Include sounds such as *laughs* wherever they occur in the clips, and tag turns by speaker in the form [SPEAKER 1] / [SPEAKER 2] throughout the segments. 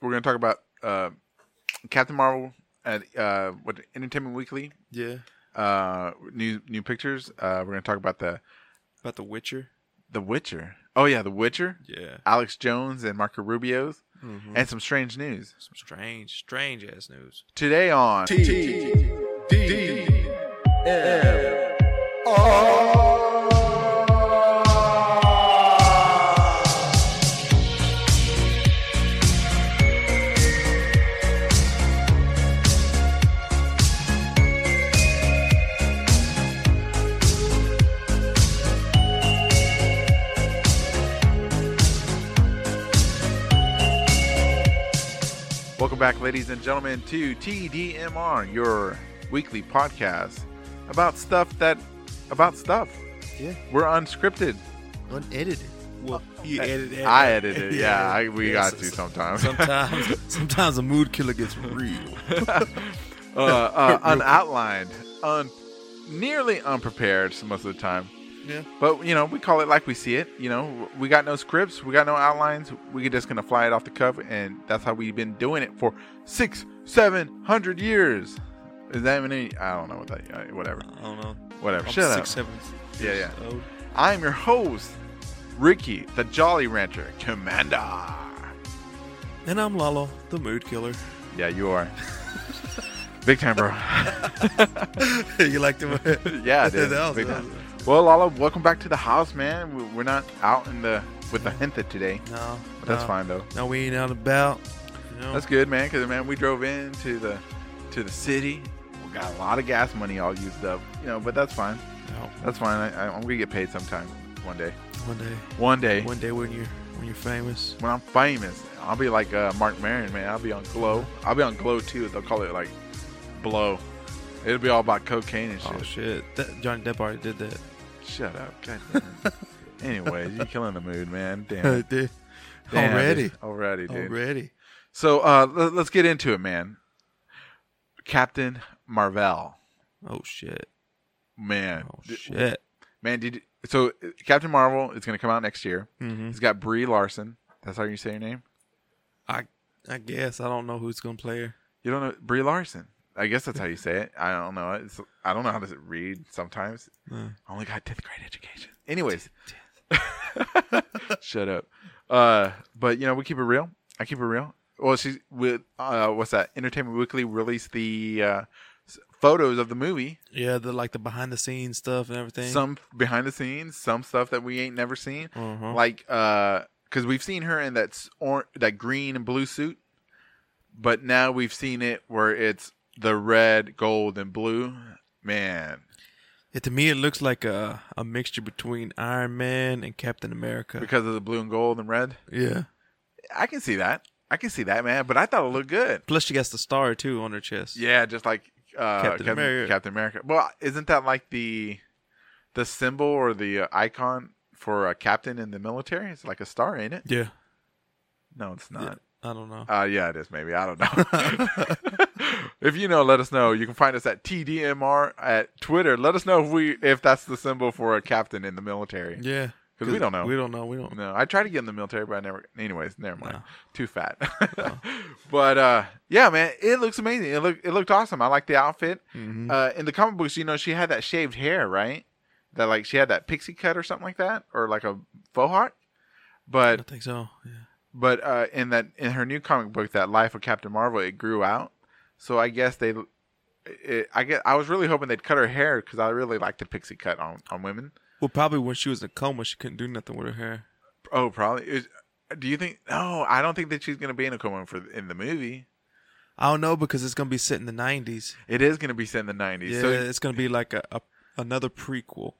[SPEAKER 1] we're going to talk about uh, Captain Marvel at uh, what Entertainment Weekly.
[SPEAKER 2] Yeah.
[SPEAKER 1] Uh, new new pictures. Uh, we're going to talk about the
[SPEAKER 2] About The Witcher.
[SPEAKER 1] The Witcher. Oh yeah, The Witcher.
[SPEAKER 2] Yeah.
[SPEAKER 1] Alex Jones and Marco Rubio's,
[SPEAKER 2] Mhm.
[SPEAKER 1] and Mm-hmm. some strange news
[SPEAKER 2] Some strange, strange ass news.
[SPEAKER 1] today on.
[SPEAKER 3] T D M R.
[SPEAKER 1] Welcome back, ladies and gentlemen, to TDMR, your weekly podcast about stuff that about stuff.
[SPEAKER 3] Yeah.
[SPEAKER 1] We're unscripted.
[SPEAKER 3] Unedited.
[SPEAKER 2] Well, you edited it.
[SPEAKER 1] Uh, I edited. it. Yeah, I, we
[SPEAKER 2] *laughs* Yeah,
[SPEAKER 1] got
[SPEAKER 2] so-
[SPEAKER 1] to sometimes.
[SPEAKER 2] *laughs* Sometimes, sometimes a mood killer gets real.
[SPEAKER 1] *laughs* uh,
[SPEAKER 2] *laughs*
[SPEAKER 1] uh, unoutlined, un, nearly unprepared most of the time.
[SPEAKER 2] Yeah.
[SPEAKER 1] But you know, we call it like we see it. You know, we got no scripts, we got no outlines. We're just gonna fly it off the cuff, and that's how we've been doing it for six, seven hundred years. Is that even any? I don't know what that. uh, Whatever,
[SPEAKER 2] I don't know.
[SPEAKER 1] whatever.
[SPEAKER 2] I'm
[SPEAKER 1] Shut
[SPEAKER 2] six,
[SPEAKER 1] up.
[SPEAKER 2] seven.
[SPEAKER 1] Yeah, yeah.
[SPEAKER 2] Oh,
[SPEAKER 1] I'm your host, Ricky, the Jolly Rancher Commander.
[SPEAKER 2] And I'm Lalo, the mood
[SPEAKER 1] *laughs*
[SPEAKER 2] killer. *laughs*
[SPEAKER 1] Yeah, you are. Big time, bro.
[SPEAKER 2] you like the
[SPEAKER 1] *laughs* yeah, dude.
[SPEAKER 2] *laughs* That was-
[SPEAKER 1] Big
[SPEAKER 2] that
[SPEAKER 1] time.
[SPEAKER 2] was-
[SPEAKER 1] Well, Lala, welcome back to the house, man. We- We're not out in the with the henta today.
[SPEAKER 2] No,
[SPEAKER 1] But that's
[SPEAKER 2] no.
[SPEAKER 1] fine though.
[SPEAKER 2] No, we ain't out and about. You know?
[SPEAKER 1] That's good, man. Because man, we drove into the to the city. We got a lot of gas money all used up, you know. But that's fine.
[SPEAKER 2] No,
[SPEAKER 1] That's fine. I, I, I'm gonna get paid sometime, one day.
[SPEAKER 2] one day,
[SPEAKER 1] One day
[SPEAKER 2] one day when you're when you're famous.
[SPEAKER 1] when I'm famous, I'll be like uh, Mark Maron, man. I'll be on Glow. I'll be on Glow too. They'll call it like Blow. It'll be all about cocaine and shit.
[SPEAKER 2] Oh shit! That, Johnny Depp already did that.
[SPEAKER 1] Shut up. God damn
[SPEAKER 2] *laughs*
[SPEAKER 1] it. Anyways, you're killing the mood, man. Damn. it.
[SPEAKER 2] did.
[SPEAKER 1] Damn it.
[SPEAKER 2] already,
[SPEAKER 1] Already, dude.
[SPEAKER 2] already.
[SPEAKER 1] So uh, l- let's get into it, man. Captain Marvel,
[SPEAKER 2] Oh shit!
[SPEAKER 1] man,
[SPEAKER 2] Oh
[SPEAKER 1] D-
[SPEAKER 2] shit!
[SPEAKER 1] man. Did you- so uh, Captain Marvel is going to come out next year.
[SPEAKER 2] Mm-hmm.
[SPEAKER 1] It's got Brie Larson. That's how you say her name.
[SPEAKER 2] I I guess I don't know who's gonna play her.
[SPEAKER 1] You don't know Brie Larson. I guess that's how you say it. I don't know. It's, I don't know how does it read. Sometimes
[SPEAKER 2] Uh,
[SPEAKER 1] I only got tenth grade education. Anyways, *laughs* shut up. Uh, but you know we keep it real. I keep it real. Well, she's with uh, what's that? Entertainment Weekly released the uh, s- photos of the movie.
[SPEAKER 2] yeah, the like the behind the scenes stuff and everything.
[SPEAKER 1] some behind the scenes, some stuff that we ain't never seen.
[SPEAKER 2] uh-huh.
[SPEAKER 1] Like uh cuz we've seen her in that s- or that green and blue suit, but now we've seen it where it's the red, gold and blue. Man,
[SPEAKER 2] Yeah, to me, it looks like a a mixture between Iron Man and Captain America.
[SPEAKER 1] because of the blue and gold and red.
[SPEAKER 2] Yeah.
[SPEAKER 1] I can see that. I can see that, man, but I thought it looked good.
[SPEAKER 2] Plus, she got the star too on her chest.
[SPEAKER 1] Yeah, just like uh
[SPEAKER 2] Captain America.
[SPEAKER 1] Captain America. Well, isn't that like the the symbol or the uh, icon for a captain in the military? It's like a star, ain't it?
[SPEAKER 2] Yeah.
[SPEAKER 1] No, it's not.
[SPEAKER 2] I don't know.
[SPEAKER 1] Uh, yeah, it is. Maybe I don't know. *laughs* if you know, let us know. You can find us at TDMR at Twitter. Let us know if we if that's the symbol for a captain in the military.
[SPEAKER 2] Yeah.
[SPEAKER 1] 'Cause we don't know.
[SPEAKER 2] We don't know. We don't. know.
[SPEAKER 1] No, I tried to get in the military, but I never. Anyways, never mind.
[SPEAKER 2] No.
[SPEAKER 1] Too fat. *laughs* but uh, yeah, man, it looks amazing. It looked it looked awesome. I like the outfit.
[SPEAKER 2] Mhm.
[SPEAKER 1] Uh, in the comic books, you know, she had that shaved hair, right? That like she had that pixie cut or something like that, or like a faux hawk.
[SPEAKER 2] I
[SPEAKER 1] But
[SPEAKER 2] don't think so. Yeah.
[SPEAKER 1] but uh, in that in her new comic book, that Life of Captain Marvel, it grew out. So I guess they, it, I guess I was really hoping they'd cut her hair because I really like the pixie cut on on women.
[SPEAKER 2] Well, probably when she was in a coma, she couldn't do nothing with her hair.
[SPEAKER 1] Oh, probably. Is- do you think? No, I don't think that she's gonna be in a coma for in the movie.
[SPEAKER 2] I don't know because it's gonna be set in the nineties.
[SPEAKER 1] It is gonna be set in the nineties.
[SPEAKER 2] Yeah,
[SPEAKER 1] So
[SPEAKER 2] it's gonna be like a, a another prequel.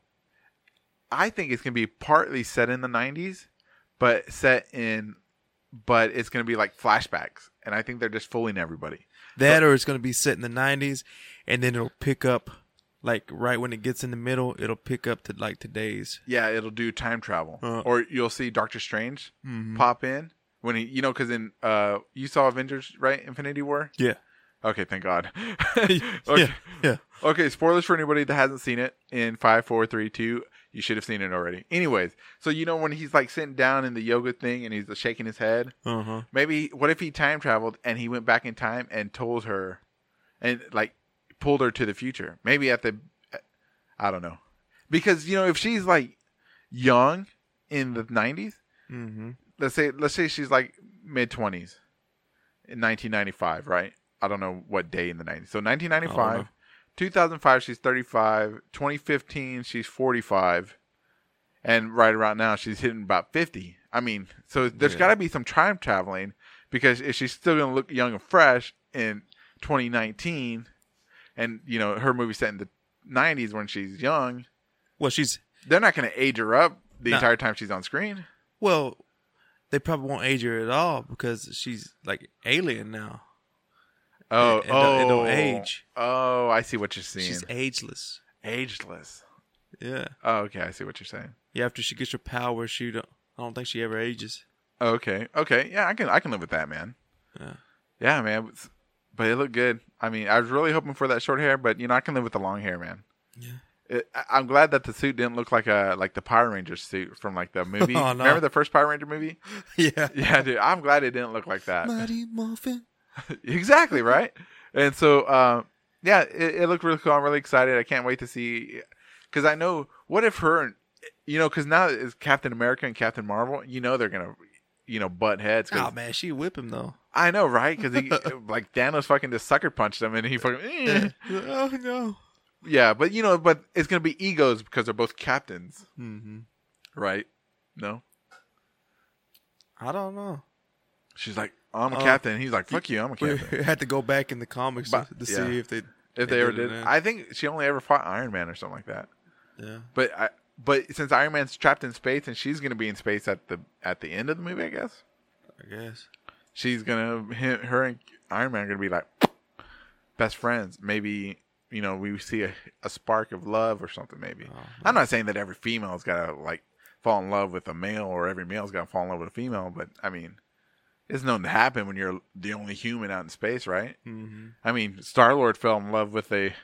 [SPEAKER 1] I think it's gonna be partly set in the nineties, but set in, but it's gonna be like flashbacks, and I think they're just fooling everybody.
[SPEAKER 2] That or it's gonna be set in the nineties, and then it'll pick up like right when it gets in the middle. It'll pick up to like today's.
[SPEAKER 1] Yeah, it'll do time travel,
[SPEAKER 2] Uh.
[SPEAKER 1] or you'll see Doctor Strange
[SPEAKER 2] Mm-hmm.
[SPEAKER 1] pop in when he, you know, because in uh, you saw Avengers, right? Infinity War.
[SPEAKER 2] Yeah.
[SPEAKER 1] Okay, thank God.
[SPEAKER 2] yeah.
[SPEAKER 1] *laughs* okay.
[SPEAKER 2] *laughs* Yeah.
[SPEAKER 1] okay, spoilers for anybody that hasn't seen it. In five, four, three, two, You should have seen it already. Anyways, so you know when he's like sitting down in the yoga thing and he's shaking his head.
[SPEAKER 2] Uh huh.
[SPEAKER 1] Maybe what if he time traveled and he went back in time and told her, and like pulled her to the future? Maybe at the, I don't know, because you know if she's like young in the nineties,
[SPEAKER 2] Mm-hmm.
[SPEAKER 1] let's say let's say she's like mid twenties in nineteen ninety five, right? I don't know what day in the nineties. So nineteen ninety
[SPEAKER 2] I don't
[SPEAKER 1] five,
[SPEAKER 2] know.
[SPEAKER 1] two thousand five, she's thirty five. Twenty fifteen, she's forty five, and right around now she's hitting about fifty. I mean, so there's
[SPEAKER 2] Yeah.
[SPEAKER 1] got to be some time traveling because if she's still gonna look young and fresh in twenty nineteen, and you know her movie set in the nineties when she's young,
[SPEAKER 2] Well, she's
[SPEAKER 1] they're not gonna age her up the
[SPEAKER 2] No.
[SPEAKER 1] entire time she's on screen.
[SPEAKER 2] well. They probably won't age her at all because she's like alien now.
[SPEAKER 1] Oh,
[SPEAKER 2] It- it
[SPEAKER 1] oh,
[SPEAKER 2] don't- it don't age.
[SPEAKER 1] Oh, I see what you're seeing.
[SPEAKER 2] She's ageless.
[SPEAKER 1] ageless.
[SPEAKER 2] Yeah.
[SPEAKER 1] Oh, okay, I see what you're saying.
[SPEAKER 2] Yeah. After she gets her power, she don't. I don't think she ever ages.
[SPEAKER 1] Okay, okay, yeah, I can, I can live with that, man.
[SPEAKER 2] Yeah.
[SPEAKER 1] Yeah, man, but- but it looked good. I mean, I was really hoping for that short hair, but you know, I can live with the long hair, man.
[SPEAKER 2] Yeah.
[SPEAKER 1] It, I- I'm glad that the suit didn't look like a like the Power Ranger suit from like
[SPEAKER 2] *laughs*
[SPEAKER 1] the movie.
[SPEAKER 2] Oh, no.
[SPEAKER 1] Remember the first Power Ranger
[SPEAKER 2] *laughs*
[SPEAKER 1] movie?
[SPEAKER 2] *laughs* Yeah.
[SPEAKER 1] Yeah, dude, I'm glad it didn't look like that.
[SPEAKER 2] Mighty Morphin.
[SPEAKER 1] exactly right and so uh, yeah it, it looked really cool i'm really excited i can't wait to see because i know what if her and you know because now it's captain america and captain marvel you know they're gonna you know butt heads 'cause-
[SPEAKER 2] Oh man, she whip him though.
[SPEAKER 1] i know right because
[SPEAKER 2] *laughs*
[SPEAKER 1] he uh, like thanos fucking just sucker punched him and he fucking eh.
[SPEAKER 2] oh no.
[SPEAKER 1] yeah but you know but it's gonna be egos because they're both captains
[SPEAKER 2] hmm
[SPEAKER 1] right no
[SPEAKER 2] I don't know.
[SPEAKER 1] she's like i'm a
[SPEAKER 2] Uh,
[SPEAKER 1] captain he's like fuck you
[SPEAKER 2] *laughs*
[SPEAKER 1] i'm a
[SPEAKER 2] We
[SPEAKER 1] captain
[SPEAKER 2] had to go back in the comics
[SPEAKER 1] But-
[SPEAKER 2] to, to
[SPEAKER 1] yeah.
[SPEAKER 2] see if they
[SPEAKER 1] if they ever
[SPEAKER 2] did it
[SPEAKER 1] did
[SPEAKER 2] then.
[SPEAKER 1] i think she only ever fought iron man or something like that
[SPEAKER 2] yeah.
[SPEAKER 1] But I, but since Iron Man's trapped in space and she's gonna be in space at the at the end of the movie, I guess
[SPEAKER 2] I guess.
[SPEAKER 1] she's gonna him, her and Iron Man are gonna be like best friends. Maybe you know we see a, a spark of love or something. Maybe
[SPEAKER 2] Oh,
[SPEAKER 1] I'm not saying that every female's gotta like fall in love with a male or every male's gotta fall in love with a female, but I mean it's known to happen when you're the only human out in space, right?
[SPEAKER 2] Mm-hmm.
[SPEAKER 1] I mean Star Lord fell in love with a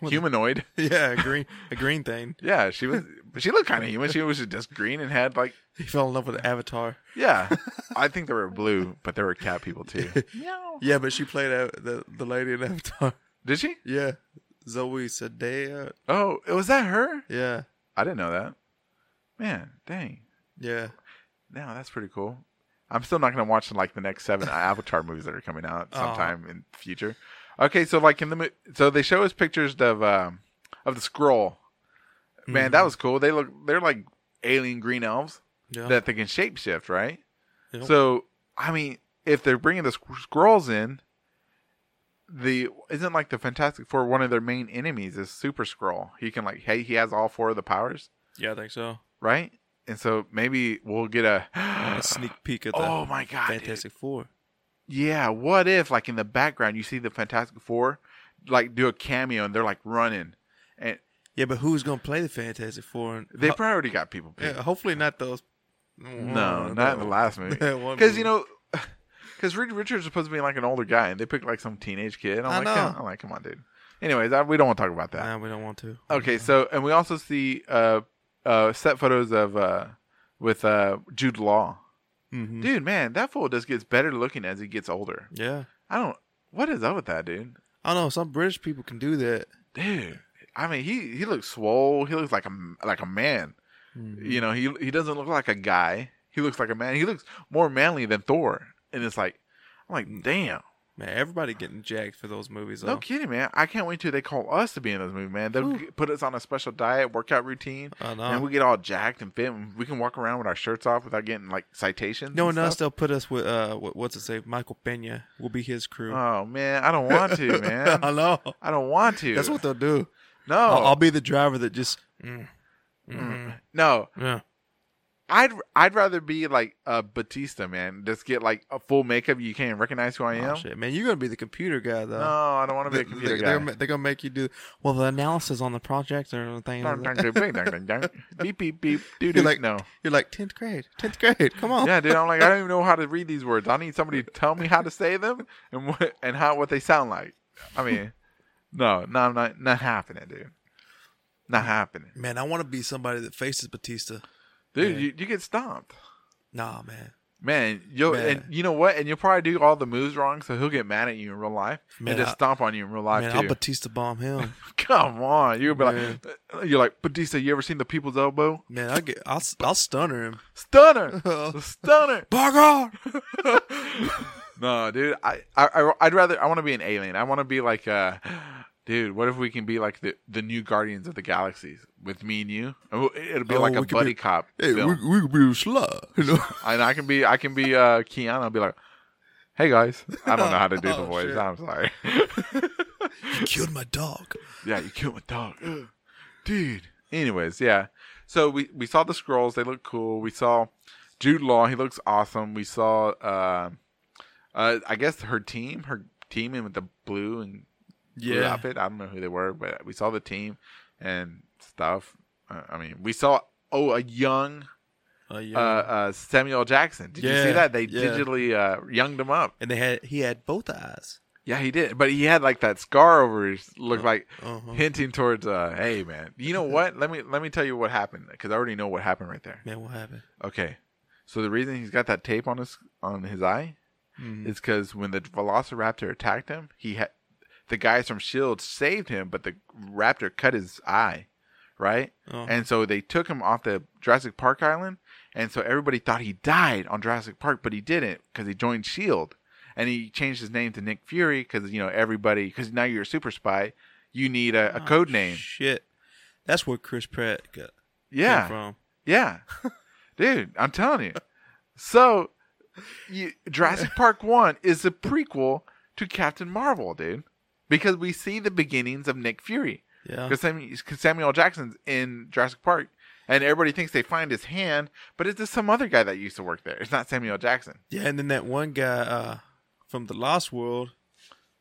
[SPEAKER 2] With a- *laughs*
[SPEAKER 1] humanoid.
[SPEAKER 2] Yeah, a green a green thing. *laughs*
[SPEAKER 1] Yeah, she was. She looked kind of human. She was just green and had like
[SPEAKER 2] He fell in love with Avatar. *laughs*
[SPEAKER 1] Yeah, I think they were blue, but there were cat people too.
[SPEAKER 2] Yeah, but she played a, the the lady in *laughs* Avatar.
[SPEAKER 1] Did she?
[SPEAKER 2] Yeah, Zoe Sadea.
[SPEAKER 1] Oh, was that her?
[SPEAKER 2] Yeah,
[SPEAKER 1] I didn't know that. Man, dang.
[SPEAKER 2] yeah.
[SPEAKER 1] No, that's pretty cool. I'm still not gonna watch like the next
[SPEAKER 2] *laughs*
[SPEAKER 1] seven Avatar movies that are coming out
[SPEAKER 2] Oh.
[SPEAKER 1] sometime in the future. Okay, so like in the mo- so they show us pictures of um of the scroll. Man, that
[SPEAKER 2] Mm-hmm.
[SPEAKER 1] was cool. They look they're like alien green elves
[SPEAKER 2] Yeah.
[SPEAKER 1] that they can shapeshift, right?
[SPEAKER 2] Yep.
[SPEAKER 1] So I mean, if they're bringing the squ- scrolls in, the isn't like the Fantastic Four one of their main enemies is Super Scroll. He can like hey he has all four of the powers,
[SPEAKER 2] yeah, I think so.
[SPEAKER 1] right? And so maybe we'll get a *gasps*
[SPEAKER 2] A sneak peek at the
[SPEAKER 1] oh my god, dude.
[SPEAKER 2] Fantastic Four.
[SPEAKER 1] yeah. What if like in the background you see the Fantastic Four like do a cameo and they're like running, and
[SPEAKER 2] Yeah, but who's gonna play the Fantastic Four? And,
[SPEAKER 1] they probably already got people. picked.
[SPEAKER 2] *laughs* yeah, hopefully not those.
[SPEAKER 1] No, not in the last
[SPEAKER 2] *laughs*
[SPEAKER 1] movie.
[SPEAKER 2] That
[SPEAKER 1] *laughs*
[SPEAKER 2] one
[SPEAKER 1] Because you
[SPEAKER 2] movie.
[SPEAKER 1] know, *sighs* because Reed Richards is supposed to be like an older guy, and they picked like some teenage kid. I'm
[SPEAKER 2] I
[SPEAKER 1] like,
[SPEAKER 2] know.
[SPEAKER 1] Come, I'm like, come on, dude. Anyways, I, we don't want to talk about that.
[SPEAKER 2] Nah, we don't want to. Mm-hmm.
[SPEAKER 1] Okay, so and we also see uh, uh, set photos of uh, with uh, Jude Law.
[SPEAKER 2] Mm-hmm.
[SPEAKER 1] Dude, man, that fool just gets better looking as he gets older.
[SPEAKER 2] Yeah.
[SPEAKER 1] I don't. What is up with that, dude?
[SPEAKER 2] I don't know. Some British people can do that.
[SPEAKER 1] Dude, I mean, he he looks swole. He looks like a m- like a man.
[SPEAKER 2] Mm.
[SPEAKER 1] You know, he he doesn't look like a guy. He looks like a man. He looks more manly than Thor. And it's like, I'm like, damn,
[SPEAKER 2] Man, everybody getting jacked for those movies.
[SPEAKER 1] no
[SPEAKER 2] though.
[SPEAKER 1] kidding, man. I can't wait till they call us to be in this movie, man. They'll
[SPEAKER 2] Whew. Uh-huh.
[SPEAKER 1] g- put us on a special diet, workout routine,
[SPEAKER 2] I know.
[SPEAKER 1] and we get all jacked and fit. And we can walk around with our shirts off without getting like citations. and
[SPEAKER 2] Knowing us,
[SPEAKER 1] stuff.
[SPEAKER 2] they'll put us with uh, what, what's it say? Michael Pena will be his crew.
[SPEAKER 1] Oh man, I don't want
[SPEAKER 2] *laughs*
[SPEAKER 1] to, man. Oh.
[SPEAKER 2] I know.
[SPEAKER 1] I don't want to.
[SPEAKER 2] That's what they'll do.
[SPEAKER 1] no,
[SPEAKER 2] I'll, I'll be the driver that just. Mm,
[SPEAKER 1] Mm. no.
[SPEAKER 2] yeah.
[SPEAKER 1] I'd I'd rather be like a Batista man. Just get like a full makeup. You can't even recognize who I am.
[SPEAKER 2] Oh, shit, man, you're gonna be the computer guy though.
[SPEAKER 1] no, I don't want to be
[SPEAKER 2] They,
[SPEAKER 1] a computer
[SPEAKER 2] they,
[SPEAKER 1] guy.
[SPEAKER 2] are gonna make you do well the analysis on the project or thing.
[SPEAKER 1] Dun, dun,
[SPEAKER 2] You're
[SPEAKER 1] dun, dun, dun,
[SPEAKER 2] *laughs*
[SPEAKER 1] dun. beep beep beep. Dude,
[SPEAKER 2] like-
[SPEAKER 1] no.
[SPEAKER 2] like tenth grade, tenth grade. Come *laughs* on,
[SPEAKER 1] Yeah, dude. I'm like, I don't even know how to read these words. I need somebody to tell me how to say them and what and how what they sound like. I mean, no, no, I'm not not happening, dude. Not happening,
[SPEAKER 2] Man, I want to be somebody that faces Batista.
[SPEAKER 1] dude.
[SPEAKER 2] Yeah.
[SPEAKER 1] You, you get stomped,
[SPEAKER 2] Nah, man.
[SPEAKER 1] man. You will
[SPEAKER 2] Man.
[SPEAKER 1] and you know what? And you'll probably do all the moves wrong, so he'll get mad at you in real life
[SPEAKER 2] Man,
[SPEAKER 1] and just
[SPEAKER 2] I-
[SPEAKER 1] stomp on you in real life
[SPEAKER 2] man,
[SPEAKER 1] too.
[SPEAKER 2] I'll Batista bomb him.
[SPEAKER 1] *laughs* Come on, you'll be like, you're like Batista. You ever seen the people's elbow?
[SPEAKER 2] man, I get, I'll, I'll stunner him. *laughs*
[SPEAKER 1] Stunner, stunner.
[SPEAKER 2] By God!
[SPEAKER 1] *laughs* no, dude. I, I- I, I'd rather. I want to be an alien. I want to be like, uh, dude. What if we can be like the, the new Guardians of the Galaxies with me and you? Oh, It'll be
[SPEAKER 2] Oh,
[SPEAKER 1] like a
[SPEAKER 2] we could
[SPEAKER 1] buddy
[SPEAKER 2] be-
[SPEAKER 1] cop film.
[SPEAKER 2] we could be a slut. *laughs*
[SPEAKER 1] and I can be, I can be uh, Keanu. I'll be like, hey guys. I don't know how to do the
[SPEAKER 2] *laughs* Oh,
[SPEAKER 1] voice.
[SPEAKER 2] shit.
[SPEAKER 1] I'm sorry.
[SPEAKER 2] you killed my dog.
[SPEAKER 1] yeah, you killed my dog, dude. Anyways, yeah. So we we saw the scrolls. They look cool. We saw Jude Law. He looks awesome. We saw, uh, uh, I guess her team, her team in with the blue and blue
[SPEAKER 2] Yeah.
[SPEAKER 1] outfit. I don't know who they were, but we saw the team and stuff. Uh, I mean, we saw oh a young
[SPEAKER 2] Uh, yeah.
[SPEAKER 1] uh, uh, Samuel Jackson. Did you see
[SPEAKER 2] Yeah,
[SPEAKER 1] that? They
[SPEAKER 2] yeah.
[SPEAKER 1] digitally uh, younged him up.
[SPEAKER 2] and they had he had both eyes.
[SPEAKER 1] Yeah, he did. But he had like that scar over his looked like
[SPEAKER 2] uh-huh.
[SPEAKER 1] hinting towards uh hey man. You know what? Let me let me tell you what happened cuz I already know what happened right there.
[SPEAKER 2] Man, what happened?
[SPEAKER 1] Okay. So the reason he's got that tape on his on his eye
[SPEAKER 2] Mm-hmm.
[SPEAKER 1] is cuz when the velociraptor attacked him, he had the guys from Shield E saved him, but the raptor cut his eye, right?
[SPEAKER 2] Oh.
[SPEAKER 1] And so they took him off the Jurassic Park island, and so everybody thought he died on Jurassic Park, but he didn't because he joined Shield, E and he changed his name to Nick Fury because you know everybody because now you're a super spy, you need a,
[SPEAKER 2] Oh,
[SPEAKER 1] a code name.
[SPEAKER 2] Shit, that's where Chris Pratt got
[SPEAKER 1] yeah,
[SPEAKER 2] came from. *laughs*
[SPEAKER 1] yeah, dude, I'm telling you. So, you,
[SPEAKER 2] *laughs*
[SPEAKER 1] Jurassic Park One is a prequel to Captain Marvel, dude, because we see the beginnings of Nick Fury.
[SPEAKER 2] Yeah,
[SPEAKER 1] because Samuel L. Jackson's in Jurassic Park, and everybody thinks they find his hand, but it's just some other guy that used to work there. It's not Samuel L. Jackson.
[SPEAKER 2] yeah. And then that one guy uh, from the Lost World,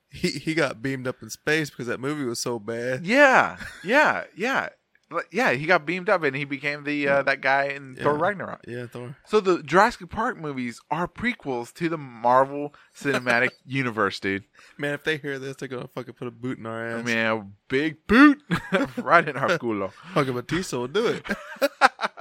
[SPEAKER 2] he he got beamed up in space because that movie was so bad.
[SPEAKER 1] Yeah, yeah, yeah, Like, yeah. He got beamed up, and he became the uh, that guy in Thor
[SPEAKER 2] Yeah.
[SPEAKER 1] Ragnarok.
[SPEAKER 2] Yeah, Thor.
[SPEAKER 1] So the Jurassic Park movies are prequels to the Marvel
[SPEAKER 2] *laughs*
[SPEAKER 1] Cinematic Universe, dude.
[SPEAKER 2] Man, if they hear this, they're gonna fucking put a boot in our ass.
[SPEAKER 1] Man, big boot *laughs* right in our culo.
[SPEAKER 2] Fucking Batista will do it. *laughs*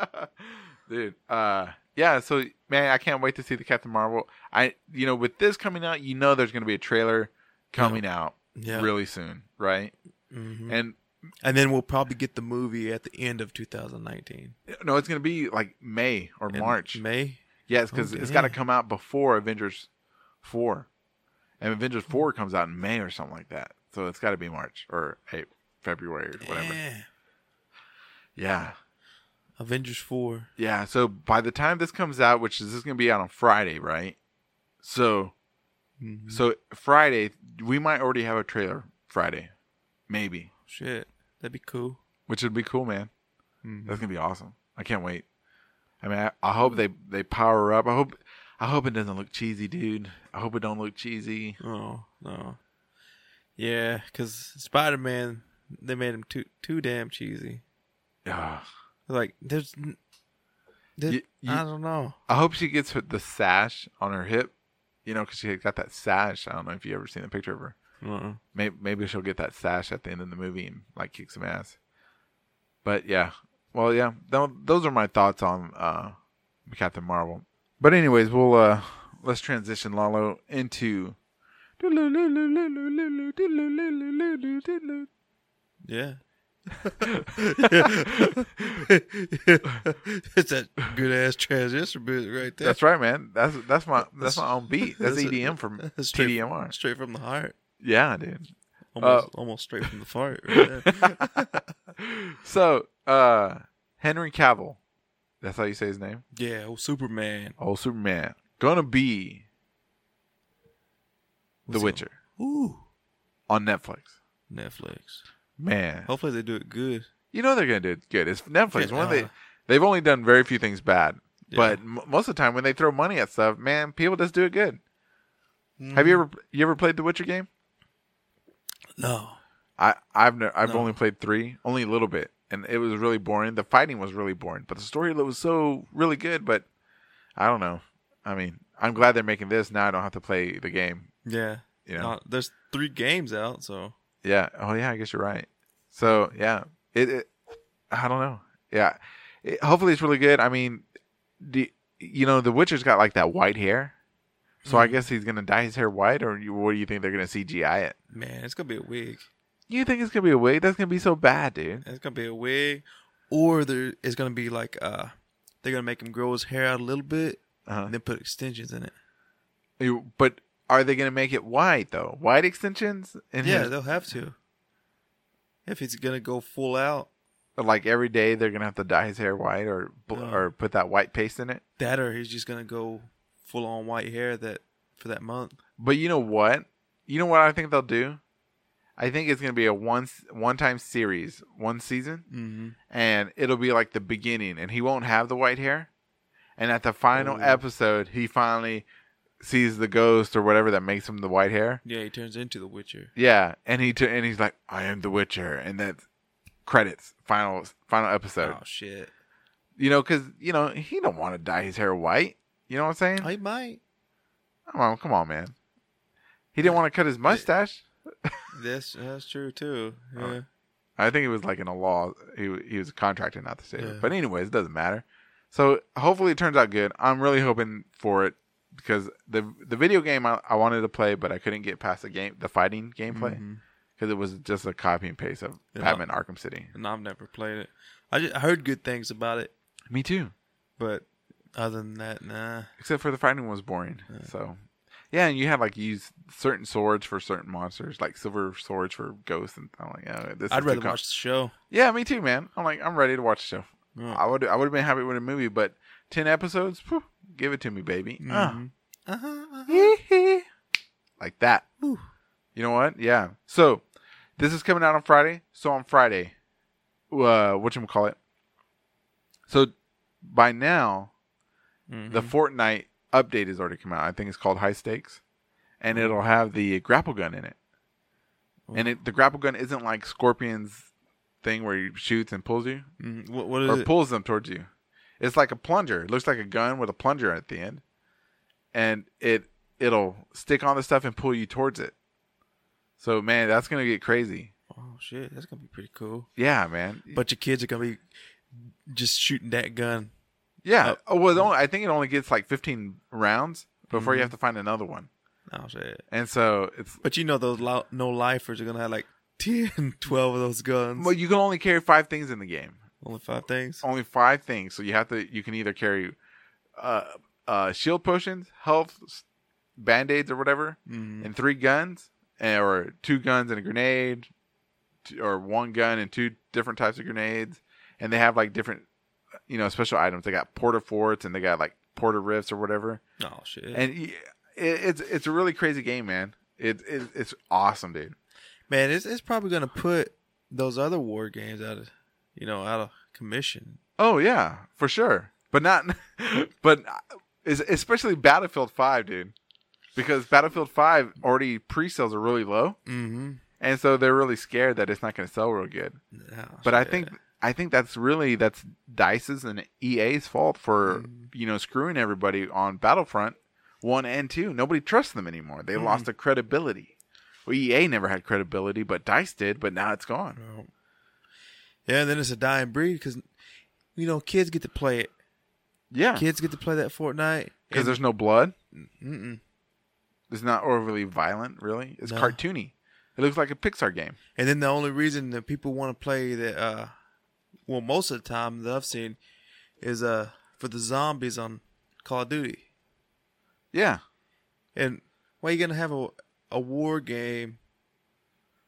[SPEAKER 1] dude uh yeah so man i can't wait to see the captain marvel i you know with this coming out you know there's gonna be a trailer coming out
[SPEAKER 2] Yeah.
[SPEAKER 1] really soon right
[SPEAKER 2] Mhm.
[SPEAKER 1] and
[SPEAKER 2] And then we'll probably get the movie at the end of 2019.
[SPEAKER 1] no it's gonna be like may or
[SPEAKER 2] In
[SPEAKER 1] march
[SPEAKER 2] May.
[SPEAKER 1] yes because it's
[SPEAKER 2] Okay.
[SPEAKER 1] gotta come out before avengers 4 and avengers 4 comes out in may or something like that so it's gotta be march or hey, february or whatever
[SPEAKER 2] Yeah.
[SPEAKER 1] yeah
[SPEAKER 2] Avengers Four.
[SPEAKER 1] Yeah, so by the time this comes out, which is this is gonna be out on Friday, right? So
[SPEAKER 2] Mm-hmm.
[SPEAKER 1] so Friday, we might already have a trailer Friday. Maybe.
[SPEAKER 2] Shit, that'd be cool.
[SPEAKER 1] Which would be cool, man. That's gonna be awesome. I can't wait. I mean I, I hope they, they power up. I hope I hope it doesn't look cheesy, dude. I hope it don't look cheesy.
[SPEAKER 2] Oh no. Yeah, because Spider Man, they made him too too damn cheesy.
[SPEAKER 1] Ugh.
[SPEAKER 2] Like there's, n- there,
[SPEAKER 1] Ah. You- you-
[SPEAKER 2] I don't know.
[SPEAKER 1] I hope she gets her- the sash on her hip. You know, because she got that sash. I don't know if you ever seen the picture of her.
[SPEAKER 2] Uh-uh.
[SPEAKER 1] maybe, maybe she'll get that sash at the end of the movie and like kick some ass. But yeah, well yeah, tho- those are my thoughts on uh, Captain Marvel. But anyways, we'll uh, let's transition Lalo into.
[SPEAKER 2] Yeah.
[SPEAKER 1] *laughs*
[SPEAKER 2] *laughs* it's that good ass transistor bit right there.
[SPEAKER 1] That's right, man. That's that's my that's my own beat. That's E
[SPEAKER 2] *laughs* That's it.
[SPEAKER 1] EDM from
[SPEAKER 2] straight,
[SPEAKER 1] TDMR.
[SPEAKER 2] Straight from the heart.
[SPEAKER 1] Yeah, dude.
[SPEAKER 2] Almost, almost straight from the fart. Right
[SPEAKER 1] *laughs*
[SPEAKER 2] there.
[SPEAKER 1] So uh, Henry Cavill, that's how you say his name.
[SPEAKER 2] yeah, oh, Superman.
[SPEAKER 1] Oh, Superman gonna be The
[SPEAKER 2] What's up?
[SPEAKER 1] Witcher
[SPEAKER 2] Ooh,
[SPEAKER 1] on Netflix.
[SPEAKER 2] Netflix.
[SPEAKER 1] Man,
[SPEAKER 2] Hopefully they do it good.
[SPEAKER 1] you know they're gonna do it good. It's Netflix.
[SPEAKER 2] Yeah,
[SPEAKER 1] One of they
[SPEAKER 2] uh,
[SPEAKER 1] they've only done very few things bad,
[SPEAKER 2] Yeah.
[SPEAKER 1] but m- most of the time when they throw money at stuff, man, people just do it good.
[SPEAKER 2] Mm.
[SPEAKER 1] Have you ever
[SPEAKER 2] Mm-hmm.
[SPEAKER 1] you ever played the Witcher game?
[SPEAKER 2] No.
[SPEAKER 1] I I've ne- I've
[SPEAKER 2] No.
[SPEAKER 1] only played three, only a little bit, and it was really boring. The fighting was really boring, but the story was so really good. But I don't know. I mean, I'm glad they're making this now. I don't have to play the game.
[SPEAKER 2] Yeah.
[SPEAKER 1] You know?
[SPEAKER 2] Uh, there's three games out, so
[SPEAKER 1] Yeah. Oh yeah, I guess you're right. So yeah, it, it I don't know. Yeah, It- hopefully it's really good. I mean, the you know the Witcher's got like that white hair, so I guess he's gonna dye his hair white, or you, what do you think they're gonna CGI it?
[SPEAKER 2] Man, it's gonna be a wig.
[SPEAKER 1] You think it's gonna be a wig? That's gonna be so bad, dude.
[SPEAKER 2] It's gonna be a wig, or there it's gonna be like uh, they're gonna make him grow his hair out a little bit
[SPEAKER 1] Uh-huh.
[SPEAKER 2] and then put extensions in it.
[SPEAKER 1] You- But are they gonna make it white though? White extensions? And
[SPEAKER 2] yeah,
[SPEAKER 1] his-
[SPEAKER 2] they'll have to. If he's gonna go full out,
[SPEAKER 1] like every day they're gonna have to dye his hair white, or bl-
[SPEAKER 2] Yeah.
[SPEAKER 1] or put that white paste in it.
[SPEAKER 2] that or he's just gonna go full on white hair that for that month.
[SPEAKER 1] But you know what? You know what I think they'll do? I think it's gonna be a one one time series, one season,
[SPEAKER 2] Mm-hmm.
[SPEAKER 1] and it'll be like the beginning, and he won't have the white hair. And at the final
[SPEAKER 2] Ooh.
[SPEAKER 1] episode, he finally sees the ghost or whatever that makes him the white hair.
[SPEAKER 2] Yeah, he turns into the Witcher.
[SPEAKER 1] Yeah, and he t- and he's like, "I am the Witcher," and that's credits, final final episode.
[SPEAKER 2] Oh shit!
[SPEAKER 1] You know, because you know he don't want to dye his hair white. You know what I'm saying?
[SPEAKER 2] I might.
[SPEAKER 1] Come on, come on, man. He didn't want to cut his mustache.
[SPEAKER 2] That's that's true too.
[SPEAKER 1] Oh,
[SPEAKER 2] Yeah.
[SPEAKER 1] I think it was like in a law. He he was contracted not to say
[SPEAKER 2] Yeah.
[SPEAKER 1] it. But anyways, it doesn't matter. So hopefully it turns out good. I'm really hoping for it because the the video game I, I wanted to play, but I couldn't get past the game, the fighting gameplay, because
[SPEAKER 2] Mhm.
[SPEAKER 1] it was just a copy and paste of
[SPEAKER 2] Yeah.
[SPEAKER 1] Batman Arkham City.
[SPEAKER 2] And I've never played it. I just I heard good things about it,
[SPEAKER 1] Me too.
[SPEAKER 2] but other than that, nah.
[SPEAKER 1] Except for the fighting was boring. So yeah, and you had like use certain swords for certain monsters, like silver swords for ghosts, and I'm like, oh, this. is
[SPEAKER 2] I'd
[SPEAKER 1] too
[SPEAKER 2] rather
[SPEAKER 1] com-
[SPEAKER 2] watch the show.
[SPEAKER 1] Yeah, me too, man. I'm like, I'm ready to watch the show.
[SPEAKER 2] Yeah.
[SPEAKER 1] I would I would have been happy with a movie, but ten episodes, phew, give it to me, baby.
[SPEAKER 2] Mm-hmm.
[SPEAKER 1] Ah.
[SPEAKER 2] Uh-huh, uh-huh.
[SPEAKER 1] Hee-hee. *laughs* like that.
[SPEAKER 2] Whew.
[SPEAKER 1] You know what? Yeah. So this is coming out on Friday. So on Friday, uh, what you call it? So by now,
[SPEAKER 2] Mm-hmm.
[SPEAKER 1] the Fortnite update has already come out. I think it's called High Stakes, and it'll have the grapple gun in it. And it, the grapple gun isn't like Scorpion's thing where he shoots and pulls you
[SPEAKER 2] Mhm. What, what is
[SPEAKER 1] or
[SPEAKER 2] it?
[SPEAKER 1] pulls them towards you. It's like a plunger. It looks like a gun with a plunger at the end, and it it'll stick on the stuff and pull you towards it. So man, that's gonna get crazy.
[SPEAKER 2] Oh shit, that's gonna be pretty cool.
[SPEAKER 1] Yeah, man.
[SPEAKER 2] But your kids are gonna be just shooting that gun.
[SPEAKER 1] yeah,
[SPEAKER 2] uh,
[SPEAKER 1] oh, well, it only, I think it only gets like 15 rounds before
[SPEAKER 2] Mm-hmm.
[SPEAKER 1] you have to find another one,
[SPEAKER 2] Oh shit.
[SPEAKER 1] and so it's
[SPEAKER 2] But you know those lo- no lifers are gonna have like *laughs* 10, 12 of those guns.
[SPEAKER 1] well, you Oh. can only carry five things in the game.
[SPEAKER 2] Only five things.
[SPEAKER 1] Only five things. So you have to. You can either carry uh, uh, shield potions, health, band aids, or whatever.
[SPEAKER 2] Mhm.
[SPEAKER 1] and three guns, eh, or two guns and a grenade, t- or one gun and two different types of grenades, and they have like different, you know, special items. They got porter forts and they got like porter rifts or whatever.
[SPEAKER 2] Oh shit.
[SPEAKER 1] And y- it, it's it's a really crazy game, man. It, it it's awesome, dude.
[SPEAKER 2] Man, it's it's probably gonna put those other war games out of you know out of commission.
[SPEAKER 1] Oh yeah, for sure. But not, *laughs* but uh, es- especially Battlefield Five, dude, because Battlefield Five already pre-sales are really low,
[SPEAKER 2] Mm-hmm.
[SPEAKER 1] and so they're really scared that it's not going to sell real good. but I think I think that's really that's Dice's and EA's fault for you know screwing everybody on Battlefront one and two. Nobody trusts them anymore. They lost their credibility. Well, EA never had credibility, but Dice did. But now it's gone.
[SPEAKER 2] yeah, and then it's a dying breed because you know kids get to play it.
[SPEAKER 1] Yeah,
[SPEAKER 2] Kids get to play that Fortnite.
[SPEAKER 1] because
[SPEAKER 2] And-
[SPEAKER 1] there's no blood.
[SPEAKER 2] Mm-mm.
[SPEAKER 1] It's not overly violent, really. It's
[SPEAKER 2] No.
[SPEAKER 1] cartoony. It looks like a Pixar game.
[SPEAKER 2] And then the only reason that people want to play that, uh, well, most of the time that I've seen is uh for the zombies on Call of Duty.
[SPEAKER 1] Yeah,
[SPEAKER 2] And why are you gonna have a a war game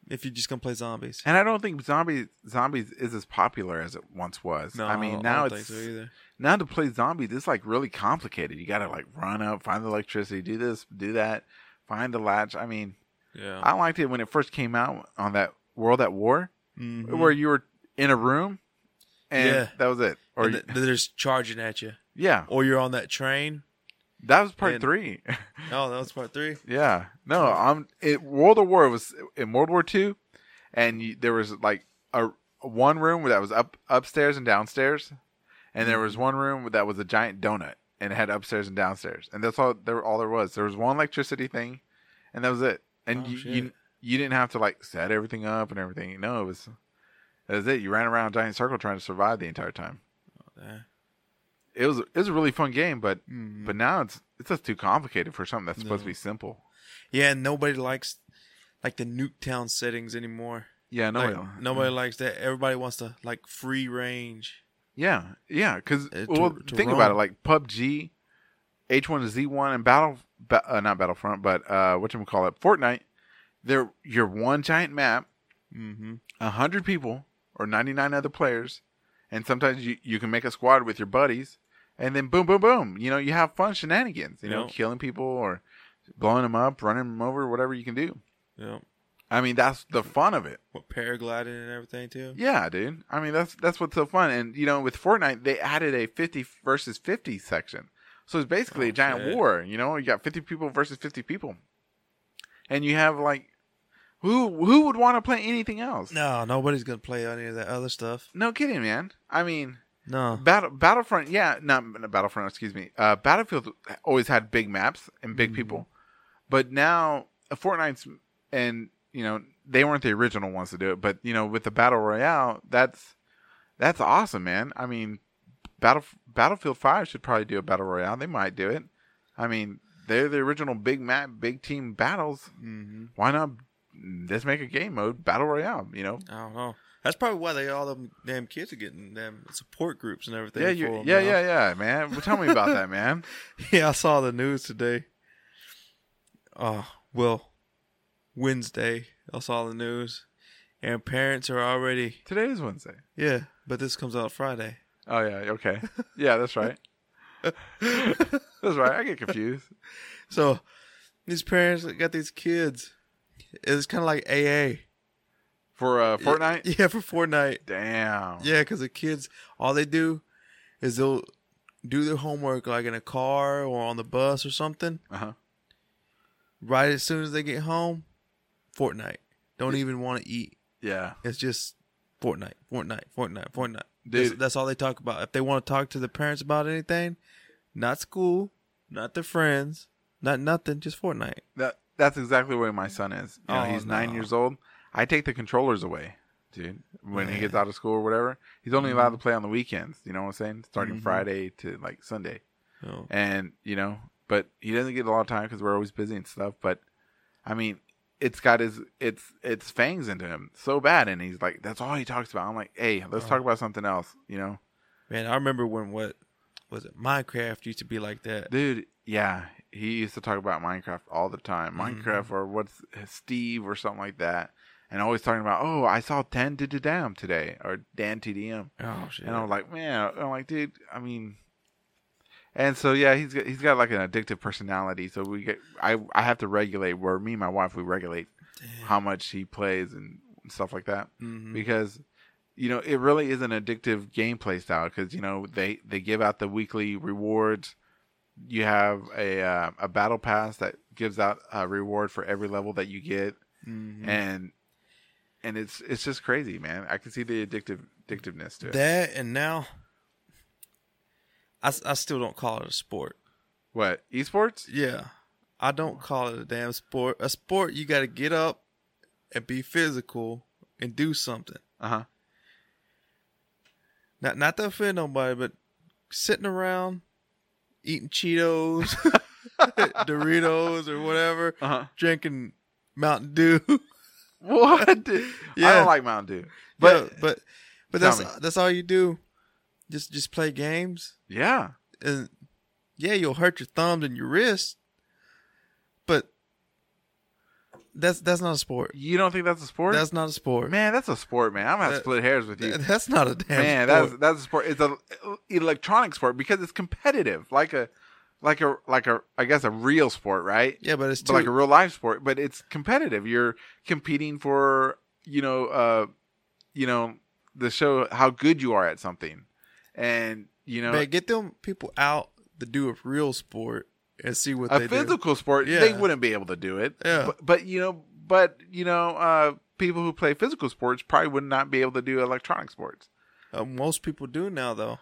[SPEAKER 2] if you're just gonna play zombies?
[SPEAKER 1] and I don't think zombie zombies is as popular as it once was. I mean,
[SPEAKER 2] don't-
[SPEAKER 1] now
[SPEAKER 2] don't
[SPEAKER 1] it's
[SPEAKER 2] think so either.
[SPEAKER 1] now to play zombies it's like really complicated you gotta like run up find the electricity do this do that find the latch i mean
[SPEAKER 2] Yeah.
[SPEAKER 1] i liked it when it first came out on that world at war
[SPEAKER 2] Mhm.
[SPEAKER 1] where you were in a room and
[SPEAKER 2] Yeah.
[SPEAKER 1] that was it or
[SPEAKER 2] and th- they're just charging at you,
[SPEAKER 1] yeah
[SPEAKER 2] or you're on that train.
[SPEAKER 1] that was part
[SPEAKER 2] and-
[SPEAKER 1] three
[SPEAKER 2] Oh, that was
[SPEAKER 1] *laughs*
[SPEAKER 2] part three.
[SPEAKER 1] yeah no i'm it world of war was in world war II, and you, there was like a one room that was up upstairs and downstairs and there
[SPEAKER 2] Mm-hmm.
[SPEAKER 1] was one room that was a giant donut and it had upstairs and downstairs and that's all there all there was there was one electricity thing and that was it and
[SPEAKER 2] Oh,
[SPEAKER 1] you,
[SPEAKER 2] shit.
[SPEAKER 1] you you didn't have to like set everything up and everything no it was That is it. You ran around a giant circle trying to survive the entire time.
[SPEAKER 2] Yeah.
[SPEAKER 1] It was it was a really fun game, but
[SPEAKER 2] Mhm.
[SPEAKER 1] but now it's it's just too complicated for something that's supposed to be simple.
[SPEAKER 2] Yeah, and nobody likes like the Nuketown settings anymore.
[SPEAKER 1] Yeah, Mm-hmm. no,
[SPEAKER 2] Like, nobody likes that. Everybody wants to like free range.
[SPEAKER 1] Yeah, yeah. Because
[SPEAKER 2] Uh, to-
[SPEAKER 1] well,
[SPEAKER 2] to
[SPEAKER 1] think about it.
[SPEAKER 2] roam.
[SPEAKER 1] Like PUBG, H one Z one, and Battle, ba- uh, not Battlefront, but uh, what you call it, Fortnite. They're your one giant map,
[SPEAKER 2] Mm-hmm.
[SPEAKER 1] hundred people or ninety nine other players, and sometimes you you can make a squad with your buddies, and then boom, boom, boom. You know, you have fun shenanigans. You know,
[SPEAKER 2] Yeah.
[SPEAKER 1] killing people or blowing them up, running them over, whatever you can do.
[SPEAKER 2] Yeah.
[SPEAKER 1] I mean, that's the fun of it.
[SPEAKER 2] What paragliding and everything too.
[SPEAKER 1] Yeah, dude. I mean, that's that's what's so fun. And you know, with Fortnite, they added a 50 versus 50 section. So it's basically a giant
[SPEAKER 2] Okay.
[SPEAKER 1] war, you know? You got 50 people versus 50 people. And you have like who who would want to play anything else?
[SPEAKER 2] No, nobody's gonna play any of that other stuff.
[SPEAKER 1] No kidding, man. I mean,
[SPEAKER 2] No.
[SPEAKER 1] Battle Battlefront, yeah, not, not Battlefront, excuse me. Uh Battlefield always had big maps and big people. But now uh, Fortnite's and you know, they weren't the original ones to do it, but you know, with the battle royale, that's that's awesome, man. I mean, Battle Battlefield 5 should probably do a battle royale. They might do it. I mean, they're the original big map, big team battles.
[SPEAKER 2] Mm-hmm.
[SPEAKER 1] Why not let's make a game mode battle royale, you know?
[SPEAKER 2] I don't know. That's probably why they all them damn kids are getting damn support groups and everything.
[SPEAKER 1] Yeah,
[SPEAKER 2] for
[SPEAKER 1] you,
[SPEAKER 2] 'em
[SPEAKER 1] yeah,
[SPEAKER 2] now.
[SPEAKER 1] yeah, yeah, man. Well, tell me about that, man.
[SPEAKER 2] *laughs* Yeah, I saw the news today. Uh, well, Wednesday, I saw the news. And parents are already,
[SPEAKER 1] Today is Wednesday.
[SPEAKER 2] yeah, but this comes out Friday. *laughs*
[SPEAKER 1] Oh yeah, okay. Yeah, that's right. that's right. I get confused.
[SPEAKER 2] So these parents got these kids. It's kind of like AA.
[SPEAKER 1] For uh Fortnite?
[SPEAKER 2] *laughs* Yeah, for Fortnite.
[SPEAKER 1] Damn.
[SPEAKER 2] Yeah, because the kids, all they do is they'll do their homework like in a car or on the bus or something.
[SPEAKER 1] Uh-huh.
[SPEAKER 2] Right as soon as they get home, Fortnite. Don't even want to eat.
[SPEAKER 1] Yeah.
[SPEAKER 2] It's just Fortnite, Fortnite, Fortnite, Fortnite.
[SPEAKER 1] Dude.
[SPEAKER 2] That's, that's all they talk about. If they want to talk to the parents about anything, not school, not their friends, not nothing, just Fortnite.
[SPEAKER 1] That that's exactly where my son is. You know,
[SPEAKER 2] Oh,
[SPEAKER 1] he's nine
[SPEAKER 2] no.
[SPEAKER 1] years old. I take the controllers away, dude. When he gets out of school or whatever, he's only allowed
[SPEAKER 2] Mm-hmm.
[SPEAKER 1] to play on the weekends. You know what I'm saying? Starting
[SPEAKER 2] Mhm.
[SPEAKER 1] Friday to like Sunday,
[SPEAKER 2] Oh.
[SPEAKER 1] and you know, but he doesn't get a lot of time because we're always busy and stuff. But I mean, it's got his it's it's fangs into him so bad, and he's like, that's all he talks about. I'm like, hey, let's talk about something else. You know,
[SPEAKER 2] Man, I remember when what was it? Minecraft used to be like that.
[SPEAKER 1] dude. Yeah, he used to talk about Minecraft all the time. Minecraft or what's Steve or something like that, and always talking about, oh, I saw Dan TDM today or Dan TDM,
[SPEAKER 2] Oh shit!
[SPEAKER 1] and I'm like, man, I'm like, dude, I mean. And so yeah, he's got, he's got like an addictive personality. So we get I I have to regulate where me and my wife we regulate how much he plays and stuff like that
[SPEAKER 2] Mhm.
[SPEAKER 1] because you know it really is an addictive gameplay style because you know they they give out the weekly rewards you have a uh, a battle pass that gives out a reward for every level that you get
[SPEAKER 2] Mhm.
[SPEAKER 1] and and it's it's just crazy man i can see the addictive addictiveness to it
[SPEAKER 2] That and now, I s- I still don't call it a sport.
[SPEAKER 1] what esports
[SPEAKER 2] Yeah, I don't call it a damn sport. A sport you got to get up and be physical and do something.
[SPEAKER 1] uh-huh
[SPEAKER 2] Not not to offend nobody, but sitting around eating Cheetos, *laughs* Doritos, or whatever,
[SPEAKER 1] uh-huh
[SPEAKER 2] *laughs* drinking Mountain Dew.
[SPEAKER 1] *laughs* what i
[SPEAKER 2] Yeah.
[SPEAKER 1] don't like mountain dew
[SPEAKER 2] *laughs* but
[SPEAKER 1] but
[SPEAKER 2] but but
[SPEAKER 1] Tell
[SPEAKER 2] that's
[SPEAKER 1] me.
[SPEAKER 2] that's all you do. Just just play games.
[SPEAKER 1] yeah
[SPEAKER 2] and yeah, you'll hurt your thumbs and your wrists, but that's that's not a sport.
[SPEAKER 1] you don't think that's a sport
[SPEAKER 2] That's not a sport.
[SPEAKER 1] man that's a sport man i'm gonna
[SPEAKER 2] That-
[SPEAKER 1] split hairs with you
[SPEAKER 2] Th- *laughs* that's not a damn
[SPEAKER 1] Man, that's
[SPEAKER 2] sport.
[SPEAKER 1] that's a sport. It's a uh, electronic sport because it's competitive, like a, like a, like a, I guess a real sport, right?
[SPEAKER 2] yeah, but it's
[SPEAKER 1] But
[SPEAKER 2] too,
[SPEAKER 1] like a real life sport, but it's competitive. You're competing for, you know, uh, you know, the show how good you are at something, and you know,
[SPEAKER 2] man, get them people out to do a real sport and see what
[SPEAKER 1] a
[SPEAKER 2] they
[SPEAKER 1] physical sport, they
[SPEAKER 2] Yeah.
[SPEAKER 1] wouldn't be able to do it.
[SPEAKER 2] Yeah.
[SPEAKER 1] But, but you know, but you know, uh, people who play physical sports probably would not be able to do electronic sports.
[SPEAKER 2] do. Uh, most people do now, though.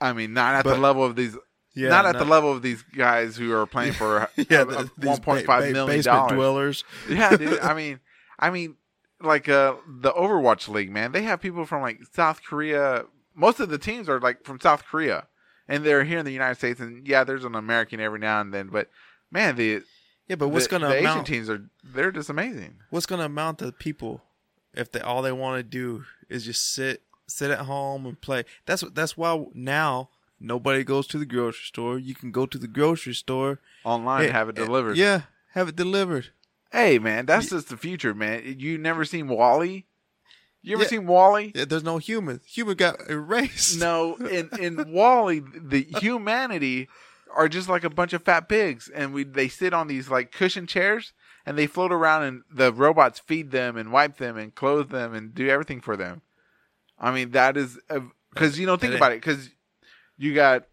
[SPEAKER 1] I mean, not at the
[SPEAKER 2] But-
[SPEAKER 1] level of these
[SPEAKER 2] Yeah,
[SPEAKER 1] not at the level of these guys who are playing
[SPEAKER 2] *laughs*
[SPEAKER 1] for
[SPEAKER 2] Yeah,
[SPEAKER 1] uh,
[SPEAKER 2] the,
[SPEAKER 1] uh,
[SPEAKER 2] these ba-
[SPEAKER 1] 1.5
[SPEAKER 2] ba-
[SPEAKER 1] million *laughs*
[SPEAKER 2] basement
[SPEAKER 1] dollars.
[SPEAKER 2] *laughs* dwellers.
[SPEAKER 1] yeah, dude. I mean, I mean, like uh the Overwatch League, man. They have people from like South Korea. Most of the teams are like from South Korea, and they're here in the United States. And yeah, there's an American every now and then, but man, the
[SPEAKER 2] Yeah, but what's
[SPEAKER 1] the-
[SPEAKER 2] gonna
[SPEAKER 1] the Asian
[SPEAKER 2] amount?
[SPEAKER 1] teams are they're just amazing.
[SPEAKER 2] What's gonna amount to people if they all they want to do is just sit sit at home and play? That's what. that's why now nobody goes to the grocery store. You can go to the grocery store
[SPEAKER 1] Online,
[SPEAKER 2] eh,
[SPEAKER 1] have it
[SPEAKER 2] eh,
[SPEAKER 1] delivered.
[SPEAKER 2] Yeah, have it delivered.
[SPEAKER 1] Hey, man, that's just the future, man. You never seen Wally? You ever
[SPEAKER 2] Yeah.
[SPEAKER 1] seen Wally?
[SPEAKER 2] Yeah, there's no human. Human got erased.
[SPEAKER 1] No, in in Wally, the humanity are just like a bunch of fat pigs, and we they sit on these like cushion chairs, and they float around, and the robots feed them, and wipe them, and clothe them, and do everything for them. I mean, that is because you know think
[SPEAKER 2] That
[SPEAKER 1] about it because you got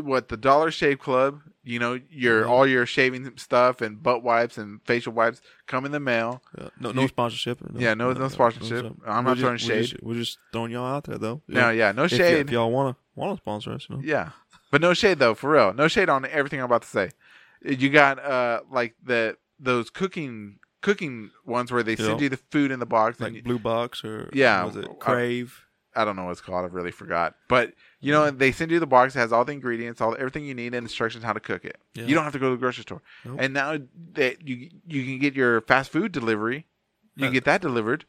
[SPEAKER 1] what the Dollar Shave Club, you know your
[SPEAKER 2] Mhm.
[SPEAKER 1] all your shaving stuff and butt wipes and facial wipes come in the mail.
[SPEAKER 2] Uh, *laughs* no, no
[SPEAKER 1] You-
[SPEAKER 2] sponsorship.
[SPEAKER 1] Yeah, no- no sponsorship. I'm
[SPEAKER 2] We're
[SPEAKER 1] not throwing
[SPEAKER 2] We're
[SPEAKER 1] shade.
[SPEAKER 2] just, we're just throwing y'all out there though.
[SPEAKER 1] No, yeah, no
[SPEAKER 2] If y-
[SPEAKER 1] shade.
[SPEAKER 2] If y'all wanna wanna sponsor us, you know.
[SPEAKER 1] Yeah. But no shade though, for real. No shade on everything I'm about to say. You got uh like the those cooking cooking ones where they
[SPEAKER 2] Yeah.
[SPEAKER 1] send you the food in the box and
[SPEAKER 2] like
[SPEAKER 1] you-
[SPEAKER 2] Blue Box or
[SPEAKER 1] Yeah,
[SPEAKER 2] was it
[SPEAKER 1] I-
[SPEAKER 2] Crave?
[SPEAKER 1] I don't know what it's called, I really forgot. But you know, they send you the box that has all the ingredients, all everything you need and instructions how to cook it.
[SPEAKER 2] Yeah.
[SPEAKER 1] You don't have to go to the grocery store.
[SPEAKER 2] Nope.
[SPEAKER 1] And now that you you can get your fast food delivery, you can
[SPEAKER 2] Uh,
[SPEAKER 1] get that delivered.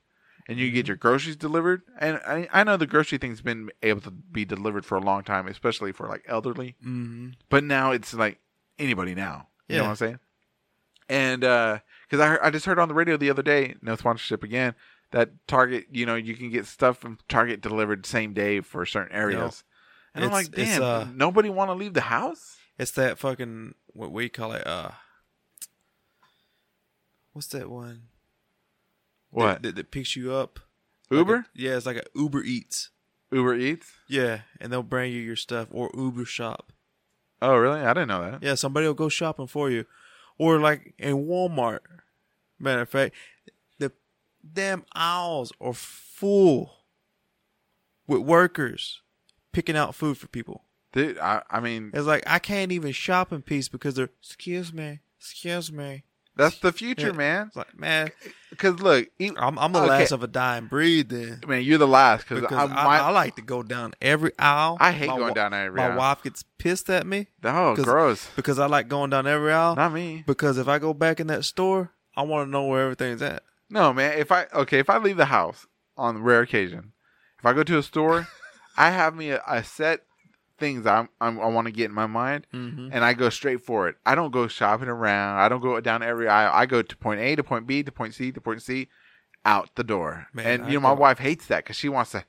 [SPEAKER 1] And you can
[SPEAKER 2] Mm-hmm.
[SPEAKER 1] get your groceries delivered, and I, I know the grocery thing's been able to be delivered for a long time, especially for like elderly.
[SPEAKER 2] Mm-hmm.
[SPEAKER 1] but now it's like anybody now. You know
[SPEAKER 2] Yeah.
[SPEAKER 1] what I'm saying? And because I heard, I just heard on the radio the other day, no sponsorship again, that Target, you know, you can get stuff from Target delivered same day for certain areas. And I'm
[SPEAKER 2] It's-
[SPEAKER 1] like,
[SPEAKER 2] it's,
[SPEAKER 1] damn,
[SPEAKER 2] uh,
[SPEAKER 1] nobody want to leave the house.
[SPEAKER 2] It's that fucking what we call it. Uh, what's that one?
[SPEAKER 1] What
[SPEAKER 2] that, that, that picks you up? Like
[SPEAKER 1] Uber?
[SPEAKER 2] a- yeah, it's like a Uber Eats.
[SPEAKER 1] Uber Eats?
[SPEAKER 2] Yeah, and they'll bring you your stuff or Uber Shop.
[SPEAKER 1] Oh, really? I didn't know that.
[SPEAKER 2] Yeah, somebody will go shopping for you, or like in Walmart. Matter of fact, the damn aisles are full with workers picking out food for people.
[SPEAKER 1] Dude, I, I mean,
[SPEAKER 2] It's like I can't even shop in peace because they're excuse me, excuse me.
[SPEAKER 1] that's the future,
[SPEAKER 2] Yeah.
[SPEAKER 1] man.
[SPEAKER 2] It's like man,
[SPEAKER 1] Because look, e-
[SPEAKER 2] I'm I'm the
[SPEAKER 1] Okay.
[SPEAKER 2] last of a dying breed then
[SPEAKER 1] man, you're the last. Cause
[SPEAKER 2] because
[SPEAKER 1] I,
[SPEAKER 2] I,
[SPEAKER 1] my,
[SPEAKER 2] I like to go down every aisle.
[SPEAKER 1] I hate
[SPEAKER 2] My
[SPEAKER 1] going
[SPEAKER 2] wa-
[SPEAKER 1] down every
[SPEAKER 2] My
[SPEAKER 1] aisle.
[SPEAKER 2] wife gets pissed at me
[SPEAKER 1] oh,
[SPEAKER 2] 'cause-
[SPEAKER 1] gross.
[SPEAKER 2] because I like going down every aisle.
[SPEAKER 1] Not me.
[SPEAKER 2] Because if I go back in that store, I want to know where everything's at.
[SPEAKER 1] No, man. If I okay, if I leave the house on rare occasion, if I go to a
[SPEAKER 2] *laughs*
[SPEAKER 1] store, I have me a, a set things I'm, I'm I want to get in my mind,
[SPEAKER 2] Mm-hmm.
[SPEAKER 1] and I go straight for it. I don't go shopping around. I don't go down every aisle. I go to point A to point B to point C to point C, out the door.
[SPEAKER 2] Man,
[SPEAKER 1] and
[SPEAKER 2] I
[SPEAKER 1] you know, my
[SPEAKER 2] don't-
[SPEAKER 1] wife hates that because she wants to,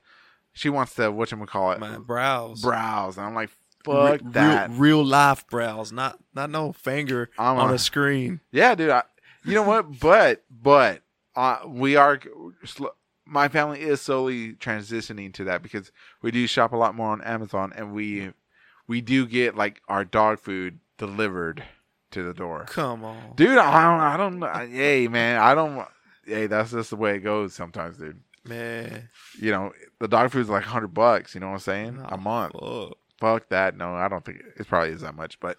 [SPEAKER 1] she wants to what you call it,
[SPEAKER 2] My brows,
[SPEAKER 1] browse. And I'm like,
[SPEAKER 2] Re-
[SPEAKER 1] fuck that.
[SPEAKER 2] Real, real life brows, not not no finger
[SPEAKER 1] I'm
[SPEAKER 2] on
[SPEAKER 1] a-
[SPEAKER 2] a screen.
[SPEAKER 1] Yeah, dude. I, you know what? But but uh, we are. sl- My family is slowly transitioning to that because we do shop a lot more on Amazon, and we we do get like our dog food delivered to the door.
[SPEAKER 2] Come on,
[SPEAKER 1] Dude, I don't. I don't. Hey, man, I don't. Hey, that's just the way it goes sometimes, dude.
[SPEAKER 2] man.
[SPEAKER 1] You know, the dog food's like hundred bucks. You know what I'm saying?
[SPEAKER 2] Nah,
[SPEAKER 1] A month.
[SPEAKER 2] fuck.
[SPEAKER 1] Fuck that. No, I don't think it probably is that much, but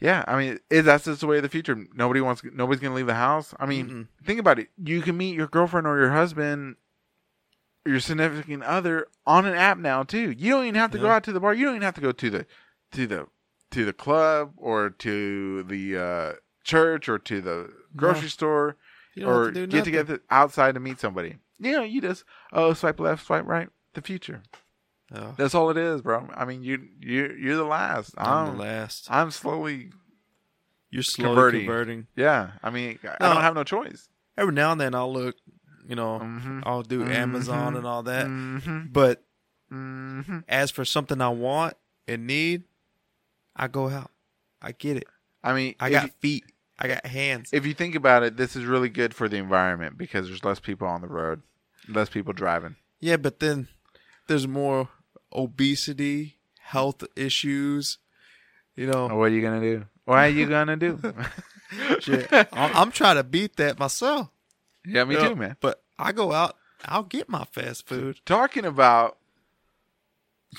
[SPEAKER 1] yeah, I mean, it, that's just the way of the future. Nobody wants, nobody's gonna leave the house. I mean,
[SPEAKER 2] Mm-mm.
[SPEAKER 1] think about it. You can meet your girlfriend or your husband, your significant other on an app now too. You don't even have to go
[SPEAKER 2] Yeah.
[SPEAKER 1] out to the bar. You don't even have to go to the, to the, to the club or to the uh, church or to the grocery
[SPEAKER 2] No.
[SPEAKER 1] store
[SPEAKER 2] You don't have
[SPEAKER 1] or
[SPEAKER 2] to do
[SPEAKER 1] get
[SPEAKER 2] nothing.
[SPEAKER 1] together outside to meet somebody. You know, you just oh swipe left, swipe right. The future.
[SPEAKER 2] Oh,
[SPEAKER 1] That's all it is, bro. I mean, you you you're the last.
[SPEAKER 2] I'm,
[SPEAKER 1] I'm I'm,
[SPEAKER 2] the last.
[SPEAKER 1] slowly.
[SPEAKER 2] You're slowly
[SPEAKER 1] converting.
[SPEAKER 2] converting.
[SPEAKER 1] Yeah, I mean, I I
[SPEAKER 2] No.
[SPEAKER 1] don't have no choice.
[SPEAKER 2] Every now and then I'll look, you know,
[SPEAKER 1] Mhm.
[SPEAKER 2] I'll do
[SPEAKER 1] Mhm.
[SPEAKER 2] Amazon and all that.
[SPEAKER 1] Mhm.
[SPEAKER 2] But
[SPEAKER 1] Mhm.
[SPEAKER 2] as for something I want and need, I go out. I get it.
[SPEAKER 1] I mean,
[SPEAKER 2] I
[SPEAKER 1] if
[SPEAKER 2] got
[SPEAKER 1] you-
[SPEAKER 2] feet. I got hands.
[SPEAKER 1] if you think about it, this is really good for the environment because there's less people on the road, less people driving.
[SPEAKER 2] Yeah, but then there's more obesity, health issues. You know,
[SPEAKER 1] What are you gonna do? What are
[SPEAKER 2] *laughs*
[SPEAKER 1] you gonna do? *laughs*
[SPEAKER 2] shit. I'm, I'm trying to beat that myself.
[SPEAKER 1] yeah, me
[SPEAKER 2] You know,
[SPEAKER 1] too, man.
[SPEAKER 2] But I go out. I'll get my fast food.
[SPEAKER 1] Talking about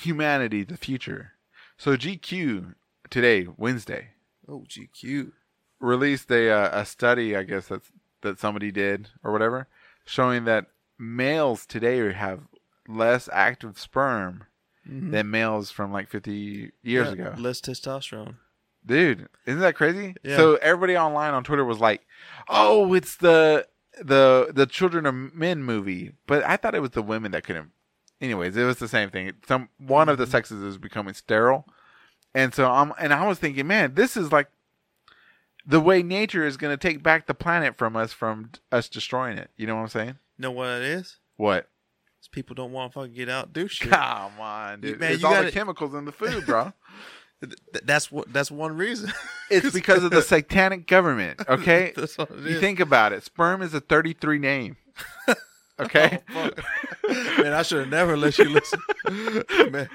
[SPEAKER 1] humanity, the future. So GQ today, Wednesday,
[SPEAKER 2] Oh, GQ.
[SPEAKER 1] released a uh, a study, I guess that's that somebody did or whatever showing that males today have less active sperm
[SPEAKER 2] Mhm.
[SPEAKER 1] than males from like 50 years
[SPEAKER 2] Yeah,
[SPEAKER 1] ago.
[SPEAKER 2] Less testosterone.
[SPEAKER 1] Dude, isn't that crazy?
[SPEAKER 2] Yeah.
[SPEAKER 1] So everybody online on Twitter was like, "Oh, it's the the the Children of Men movie," but I thought it was the women that couldn't. Anyways, it was the same thing. Some one
[SPEAKER 2] Mm-hmm.
[SPEAKER 1] of the sexes is becoming sterile, and so I'm and I was thinking, man, this is like the way nature is going to take back the planet from us from us destroying it. You know what I'm saying?
[SPEAKER 2] know what it is?
[SPEAKER 1] What?
[SPEAKER 2] It's people don't want to fucking get out and
[SPEAKER 1] *laughs*
[SPEAKER 2] do shit.
[SPEAKER 1] Come on,
[SPEAKER 2] You-
[SPEAKER 1] dude!
[SPEAKER 2] man,
[SPEAKER 1] it's
[SPEAKER 2] you
[SPEAKER 1] all
[SPEAKER 2] gotta-
[SPEAKER 1] the chemicals in the food,
[SPEAKER 2] *laughs*
[SPEAKER 1] bro.
[SPEAKER 2] Th- that's what. That's one reason. *laughs*
[SPEAKER 1] it's because of the satanic government. Okay,
[SPEAKER 2] that's what it
[SPEAKER 1] You
[SPEAKER 2] is.
[SPEAKER 1] think about it. Sperm is a 33
[SPEAKER 2] *laughs*
[SPEAKER 1] name. Okay.
[SPEAKER 2] Oh, man, I should have never let you *laughs* listen. man,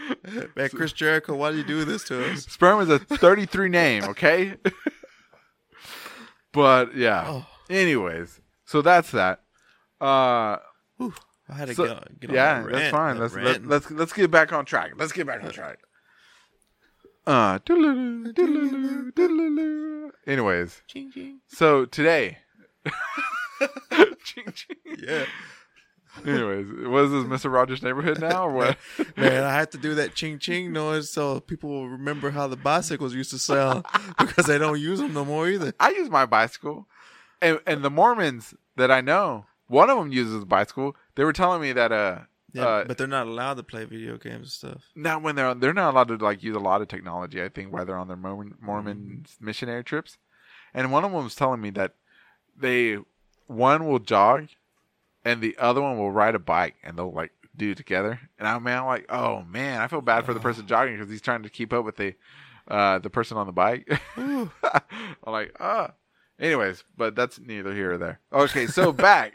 [SPEAKER 2] man, Chris Jericho, why do you do this to us?
[SPEAKER 1] Sperm is a 33 name. Okay. *laughs* but yeah.
[SPEAKER 2] Oh.
[SPEAKER 1] Anyways, so that's that. Uh,
[SPEAKER 2] Whew, I had to
[SPEAKER 1] so-
[SPEAKER 2] get, on- get on
[SPEAKER 1] yeah,
[SPEAKER 2] that
[SPEAKER 1] that's
[SPEAKER 2] rant,
[SPEAKER 1] fine.
[SPEAKER 2] that
[SPEAKER 1] Let's let,
[SPEAKER 2] rant.
[SPEAKER 1] let's let's get back on track. Let's get back on track. Uh, doodaloo, doodaloo, doodaloo. Anyways,
[SPEAKER 2] Ching, ching.
[SPEAKER 1] so today. *laughs* Ching, ching. *laughs*
[SPEAKER 2] Yeah,
[SPEAKER 1] Anyways, was this Mister Rogers' neighborhood now or what?
[SPEAKER 2] man, I had to do that ching ching noise so people will remember how the bicycles used to sound *laughs* because they don't use them no more either.
[SPEAKER 1] *laughs* I use my bicycle, and and the Mormons that I know, one of them uses a bicycle. They were telling me that uh,
[SPEAKER 2] Yeah,
[SPEAKER 1] uh
[SPEAKER 2] but they're not allowed to play video games and stuff.
[SPEAKER 1] not when they're on, they're not allowed to like use a lot of technology. I think while they're on their Mormon Mormon missionary trips, and one of them was telling me that they one will jog, and the other one will ride a bike, and they'll like do it together. And I'm man, I'm like, oh man, I feel bad for the person jogging because he's trying to keep up with the uh the person on the bike. *laughs* I'm like, ah. Anyways, but that's neither here or there. Okay, so back,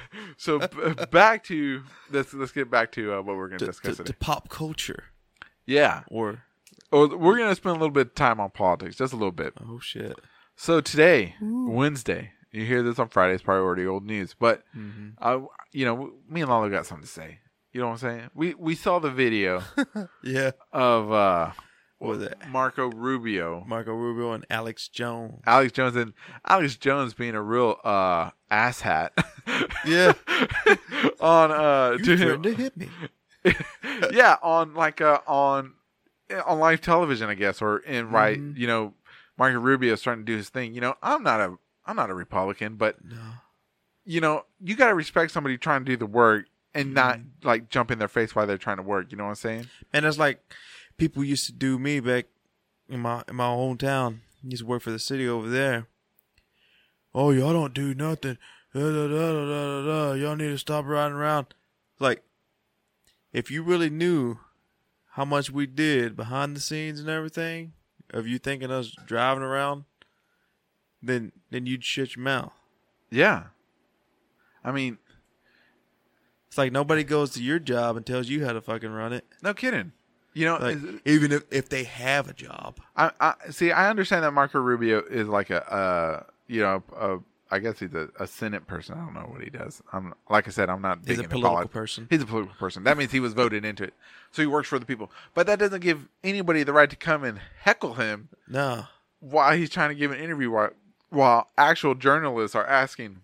[SPEAKER 1] *laughs* so b- back to let's let's get back to uh, what we're going to
[SPEAKER 2] To,
[SPEAKER 1] discuss
[SPEAKER 2] to-
[SPEAKER 1] today.
[SPEAKER 2] to pop culture
[SPEAKER 1] Yeah.
[SPEAKER 2] or
[SPEAKER 1] Oh, we're going to spend a little bit of time on politics, just a little bit.
[SPEAKER 2] oh shit.
[SPEAKER 1] So today, Wednesday, you hear this on Friday's priority old news, but I, you know, me and Lalo got something to say. You know what I'm saying? We we saw the video
[SPEAKER 2] Yeah,
[SPEAKER 1] of uh
[SPEAKER 2] What was it?
[SPEAKER 1] Marco Rubio,
[SPEAKER 2] Marco Rubio and
[SPEAKER 1] *laughs*
[SPEAKER 2] Alex Jones.
[SPEAKER 1] Alex Jones, and Alex Jones being a real uh asshat *laughs*
[SPEAKER 2] Yeah,
[SPEAKER 1] on uh
[SPEAKER 2] you
[SPEAKER 1] to
[SPEAKER 2] threatened
[SPEAKER 1] him,
[SPEAKER 2] to hit me.
[SPEAKER 1] yeah, on like uh on on live television, I guess, or in right, you know, Marco Rubio is starting to do his thing. You know, I'm not a I'm not a Republican, but
[SPEAKER 2] No.
[SPEAKER 1] you know, you gotta respect somebody trying to do the work and not
[SPEAKER 2] Mm-hmm.
[SPEAKER 1] like jump in their face while they're trying to work. You know what I'm saying?
[SPEAKER 2] And that's like people used to do me back in my in my hometown. Used to work for the city over there. Oh, y'all don't do nothing. Da, da, da, da, da, da, da. Y'all need to stop riding around. Like, if you really knew how much we did behind the scenes and everything, of you thinking us driving around, then then you'd shut your mouth.
[SPEAKER 1] Yeah. I mean,
[SPEAKER 2] It's like nobody goes to your job and tells you how to fucking run it.
[SPEAKER 1] no kidding. You know,
[SPEAKER 2] Like,
[SPEAKER 1] Uh, is-
[SPEAKER 2] even if, if they have a job.
[SPEAKER 1] I, I see. I understand that Marco Rubio is like a, uh, you know, a, I guess he's a, a Senate person. I don't know what he does. I'm like I said, I'm not.
[SPEAKER 2] He's
[SPEAKER 1] big
[SPEAKER 2] a
[SPEAKER 1] into
[SPEAKER 2] political
[SPEAKER 1] polit-
[SPEAKER 2] person.
[SPEAKER 1] He's a political person. That means he was voted into it, so he works for the people. But that doesn't give anybody the right to come and heckle him
[SPEAKER 2] No.
[SPEAKER 1] while he's trying to give an interview, while, while actual journalists are asking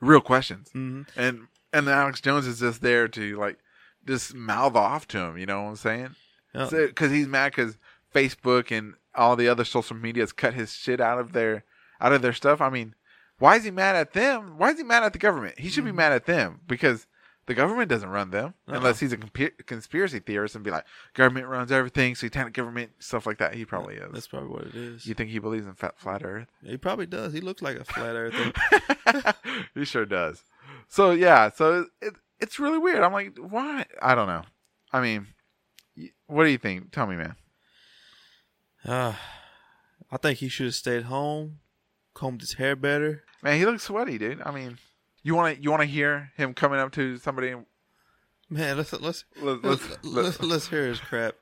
[SPEAKER 1] real questions,
[SPEAKER 2] Mhm.
[SPEAKER 1] and and Alex Jones is just there to like just mouth off to him. You know what I'm saying?
[SPEAKER 2] Yeah.
[SPEAKER 1] because he's mad because Facebook and all the other social medias cut his shit out of their out of their stuff. I mean, why is he mad at them? Why is he mad at the government? He should be mad at them because the government doesn't run them unless he's a comp- conspiracy theorist and be like, government runs everything, satanic government stuff like that. He probably is.
[SPEAKER 2] That's probably what it is.
[SPEAKER 1] you think he believes in fat, flat
[SPEAKER 2] *laughs*
[SPEAKER 1] Earth? *laughs*
[SPEAKER 2] He probably does. He looks like a flat
[SPEAKER 1] *sighs*
[SPEAKER 2] earther.
[SPEAKER 1] he sure does. So yeah, so it, it, it's really weird. I'm like, why? I don't know. I mean, y- what do you think? Tell me, man.
[SPEAKER 2] Ah, I think he should have stayed home, combed his hair better.
[SPEAKER 1] Man, he looks sweaty, dude. I mean, you want to you want to hear him coming up to somebody? And,
[SPEAKER 2] Man, let's let's
[SPEAKER 1] Let-
[SPEAKER 2] let's let's,
[SPEAKER 1] let's-
[SPEAKER 2] let's, hear his crap.